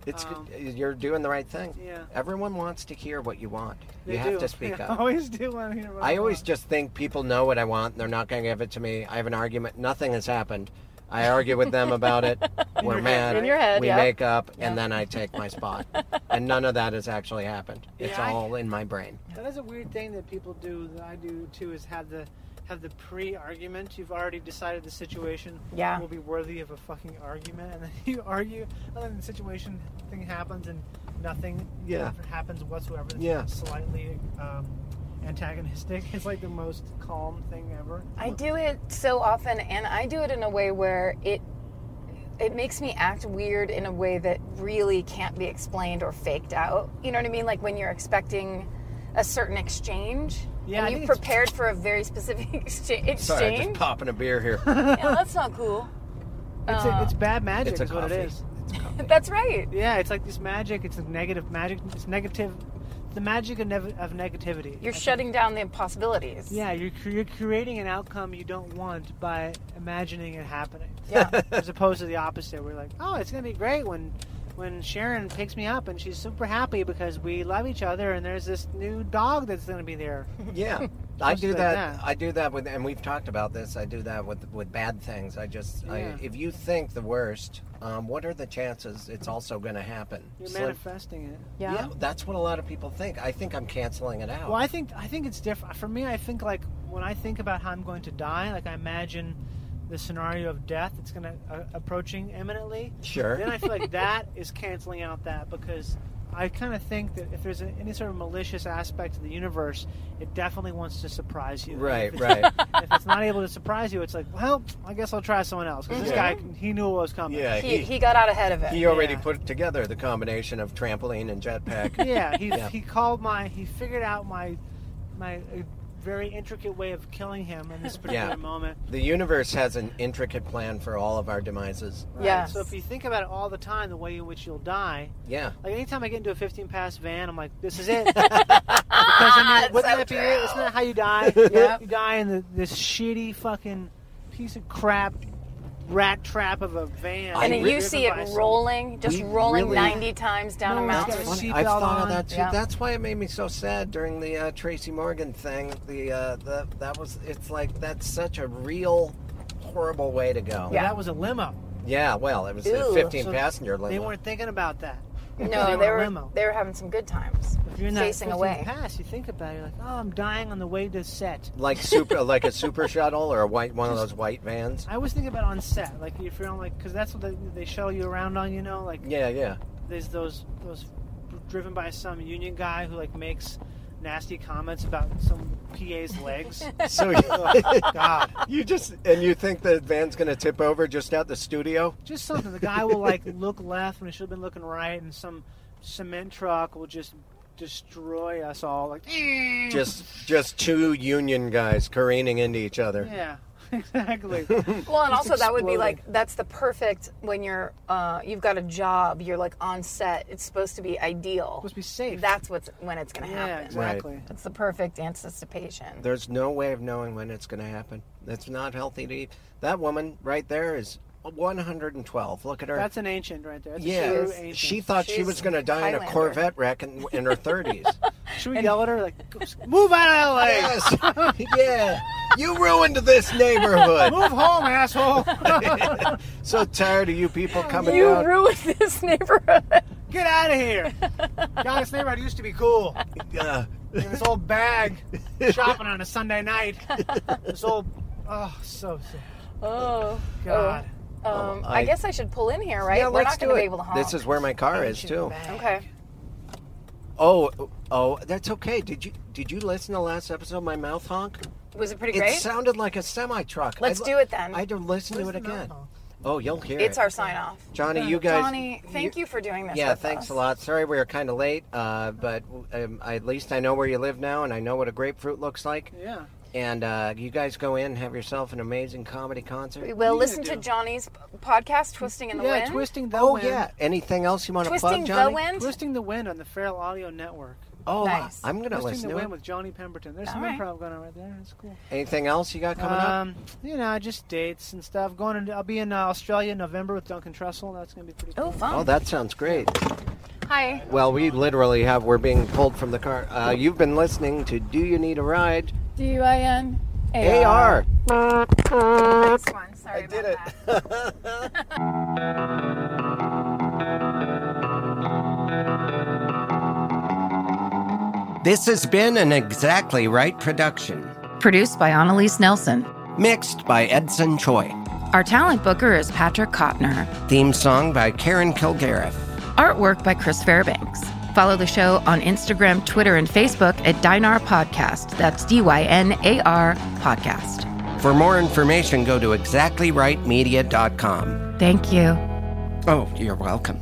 Speaker 4: It's you're doing the right thing.
Speaker 6: Yeah.
Speaker 4: Everyone wants to hear what you want.
Speaker 6: They
Speaker 4: you have
Speaker 6: do.
Speaker 4: to speak
Speaker 6: They
Speaker 4: up.
Speaker 6: always do want to hear what
Speaker 4: I always
Speaker 6: want.
Speaker 4: just think people know what I want and they're not going to give it to me. I have an argument. Nothing has happened. I argue with them about it. We're mad.
Speaker 5: In your head,
Speaker 4: we
Speaker 5: yeah.
Speaker 4: make up, and then I take my spot. and none of that has actually happened. It's
Speaker 6: Yeah, I-
Speaker 4: all in my brain.
Speaker 6: That is a weird thing that people do that I do too is have the have the pre-argument. You've already decided the situation
Speaker 5: Yeah.
Speaker 6: will be worthy of a fucking argument, and then you argue, and then the situation thing happens, and nothing
Speaker 4: Yeah.
Speaker 6: happens whatsoever. that's
Speaker 4: Yeah.
Speaker 6: slightly um, antagonistic. It's like the most calm thing ever.
Speaker 5: I do it so often, and I do it in a way where it it makes me act weird in a way that really can't be explained or faked out. You know what I mean? Like when you're expecting a certain exchange,
Speaker 6: Yeah, I
Speaker 5: and you
Speaker 6: think it's-
Speaker 5: prepared for a very specific excha- exchange.
Speaker 4: Sorry, just popping a beer here.
Speaker 5: yeah, that's not cool.
Speaker 6: It's,
Speaker 5: Uh,
Speaker 6: a, it's bad magic
Speaker 4: it's a
Speaker 6: is what it
Speaker 4: coffee.
Speaker 6: is.
Speaker 5: That's right.
Speaker 6: Yeah, it's like this magic. It's like negative magic. It's negative. The magic of, nev- of negativity.
Speaker 5: You're shutting down the possibilities.
Speaker 6: yeah, you're, cre- you're creating an outcome you don't want by imagining it happening.
Speaker 5: Yeah.
Speaker 6: As opposed to the opposite, we're like, oh, it's gonna be great when when Sharon picks me up and she's super happy because we love each other and there's this new dog that's gonna be there.
Speaker 4: Yeah, I do
Speaker 6: like
Speaker 4: that,
Speaker 6: that.
Speaker 4: I do that with, and we've talked about this. I do that with with bad things. I just,
Speaker 6: Yeah.
Speaker 4: I, if you think the worst, um, what are the chances it's also going to happen?
Speaker 6: You're
Speaker 4: So-
Speaker 6: manifesting it.
Speaker 4: yeah. that's what a lot of people think. I think I'm canceling it out.
Speaker 6: Well, I think I think it's different for me. I think like when I think about how I'm going to die, like I imagine the scenario of death that's going to uh, approaching imminently.
Speaker 4: Sure.
Speaker 6: Then I feel like that is canceling out that because I kind of think that if there's a, any sort of malicious aspect of the universe, it definitely wants to surprise you.
Speaker 4: Right,
Speaker 6: If it's-
Speaker 4: right.
Speaker 6: if it's not able to surprise you, it's like, well, I guess I'll try someone else because this
Speaker 4: Yeah.
Speaker 6: guy he knew what was coming.
Speaker 4: yeah,
Speaker 5: He,
Speaker 4: he,
Speaker 5: he got out ahead of it.
Speaker 4: he already
Speaker 6: Um, yeah.
Speaker 4: put together the combination of trampoline and jetpack.
Speaker 6: yeah, he
Speaker 4: Yeah.
Speaker 6: he called my he figured out my my uh, very intricate way of killing him in this particular
Speaker 4: Yeah.
Speaker 6: moment.
Speaker 4: the universe has an intricate plan for all of our demises.
Speaker 5: Yes.
Speaker 6: So if you think about it all the time, the way in which you'll die,
Speaker 4: Yeah.
Speaker 6: like anytime I get into a 15 pass van, I'm like, this is it. because I mean, wouldn't that be it? Isn't that how you die?
Speaker 5: Yep.
Speaker 6: You die in the, this shitty fucking piece of crap rat trap of a van.
Speaker 5: and
Speaker 4: I
Speaker 5: you
Speaker 4: really-
Speaker 5: see it
Speaker 6: driven by some-
Speaker 5: rolling, just
Speaker 4: We
Speaker 5: rolling
Speaker 4: really-
Speaker 5: 90 times down a
Speaker 6: No, it's
Speaker 5: mountain.
Speaker 6: got a
Speaker 4: Funny,
Speaker 6: seatbelt
Speaker 4: I've thought
Speaker 6: on.
Speaker 4: of that too.
Speaker 5: Yeah.
Speaker 4: That's why it made me so sad during the uh, Tracy Morgan thing. The uh, the that was it's like that's such a real horrible way to go.
Speaker 6: Well, That was a limo.
Speaker 4: Yeah, well, it was
Speaker 5: Ew.
Speaker 4: a 15
Speaker 6: So
Speaker 4: passenger limo.
Speaker 6: They weren't thinking about that.
Speaker 5: No,
Speaker 6: They
Speaker 5: they
Speaker 6: were
Speaker 5: were
Speaker 6: limo.
Speaker 5: they were having some good times,
Speaker 6: If you're in that
Speaker 5: facing
Speaker 6: 15
Speaker 5: away.
Speaker 6: pass, you think about it. You're like, oh, I'm dying on the way to set.
Speaker 4: like super like a super shuttle or a white one of those white vans.
Speaker 6: I always think about on set, like if you're on like, because that's what they, they shuttle you around on, you know, like
Speaker 4: Yeah, yeah.
Speaker 6: there's those those driven by some union guy who like makes nasty comments about some PA's legs.
Speaker 4: So
Speaker 6: God,
Speaker 4: you just and you think the van's going to tip over just out the studio?
Speaker 6: just something. The guy will like look left when he should have been looking right, and some cement truck will just destroy us all. Like, "Eh."
Speaker 4: Just just two union guys careening into each other.
Speaker 6: yeah, exactly.
Speaker 5: Well, and also that would be
Speaker 6: exploded.
Speaker 5: like that's the perfect when you're uh, you've got a job, you're like on set. It's supposed to be ideal.
Speaker 6: Supposed to be safe.
Speaker 5: That's what's when it's going to
Speaker 6: yeah,
Speaker 5: happen.
Speaker 6: exactly.
Speaker 5: It's the perfect anticipation.
Speaker 4: There's no way of knowing when it's going to happen. That's not healthy to eat. That woman right there is 112. Look at her.
Speaker 6: That's an ancient right there. That's a
Speaker 4: yeah,
Speaker 6: true ancient.
Speaker 4: she thought she
Speaker 5: She's
Speaker 4: was going to die in a
Speaker 5: Highlander.
Speaker 4: Corvette wreck in, in her 30s.
Speaker 6: Should we yell at her like, "Move out of LA,
Speaker 4: yes, yeah, you ruined this neighborhood.
Speaker 6: move home, asshole,
Speaker 4: So tired of you people coming
Speaker 5: you
Speaker 4: down.
Speaker 5: ruined this neighborhood.
Speaker 6: get out of here." God, this neighborhood used to be cool.
Speaker 4: Yeah.
Speaker 6: in this old bag shopping on a Sunday night. This old oh so sad.
Speaker 5: Oh
Speaker 6: God.
Speaker 5: Um, I,
Speaker 4: I-
Speaker 5: guess I should pull in here, right?
Speaker 4: Yeah,
Speaker 5: We're
Speaker 4: let's
Speaker 5: not going
Speaker 4: do
Speaker 5: to be
Speaker 4: it.
Speaker 5: able to honk.
Speaker 4: This is where my car is too.
Speaker 5: okay.
Speaker 4: Oh, oh, that's okay. Did you did you listen to last episode? of My mouth honk.
Speaker 5: Was it pretty
Speaker 4: It
Speaker 5: great?
Speaker 4: sounded like a semi truck.
Speaker 5: Let's do it then.
Speaker 4: I had to listen to it again. Oh, you'll hear
Speaker 5: it's
Speaker 4: it.
Speaker 5: our sign off.
Speaker 4: Johnny, you guys.
Speaker 5: Uh, Johnny, thank you for doing this.
Speaker 4: Yeah,
Speaker 5: with
Speaker 4: thanks
Speaker 5: us.
Speaker 4: a lot. Sorry we were kind of late, uh, but um, at least I know where you live now, and I know what a grapefruit looks like.
Speaker 6: Yeah.
Speaker 4: And uh, you guys go in, have yourself an amazing comedy
Speaker 5: We
Speaker 4: concert.
Speaker 5: will listen to Johnny's p- podcast, Twisting in the
Speaker 6: Yeah,
Speaker 5: Wind.
Speaker 6: twisting the
Speaker 4: Oh
Speaker 6: wind.
Speaker 4: yeah. Anything else you want to
Speaker 5: Twisting
Speaker 4: plug, Johnny?
Speaker 5: the Wind.
Speaker 6: Twisting the wind on the Feral Audio Network.
Speaker 4: Oh,
Speaker 5: Nice.
Speaker 4: I'm gonna
Speaker 6: Twisting
Speaker 4: listen
Speaker 6: the
Speaker 4: to
Speaker 6: wind
Speaker 4: it.
Speaker 6: with Johnny Pemberton. There's some
Speaker 5: All right.
Speaker 6: improv going on right there. That's cool.
Speaker 4: Anything else you got coming
Speaker 5: Uh,
Speaker 4: up?
Speaker 6: Um, you know, just dates and stuff. Going into, I'll be in uh, Australia in November with Duncan Trussell. That's gonna be pretty. cool.
Speaker 5: Oh, fun.
Speaker 4: Oh, that sounds great.
Speaker 5: Hi.
Speaker 4: Well, we literally have. We're being pulled from the car. Uh, you've been listening to Do You Need a Ride?
Speaker 5: D-U-I-N.
Speaker 4: AR.
Speaker 5: Next one. Sorry I did it.
Speaker 4: This has been an Exactly Right production,
Speaker 7: Produced by Annalise Nelson.
Speaker 4: mixed by Edson Choi.
Speaker 7: Our talent booker is Patrick Kottner.
Speaker 4: Theme song by Karen Kilgariff.
Speaker 7: Artwork by Chris Fairbanks.
Speaker 5: Follow the show on Instagram, Twitter, and Facebook at Dinar Podcast. That's D Y N A R Podcast.
Speaker 4: For more information, go to exactlyrightmedia.com.
Speaker 5: Thank you.
Speaker 4: Oh, you're welcome.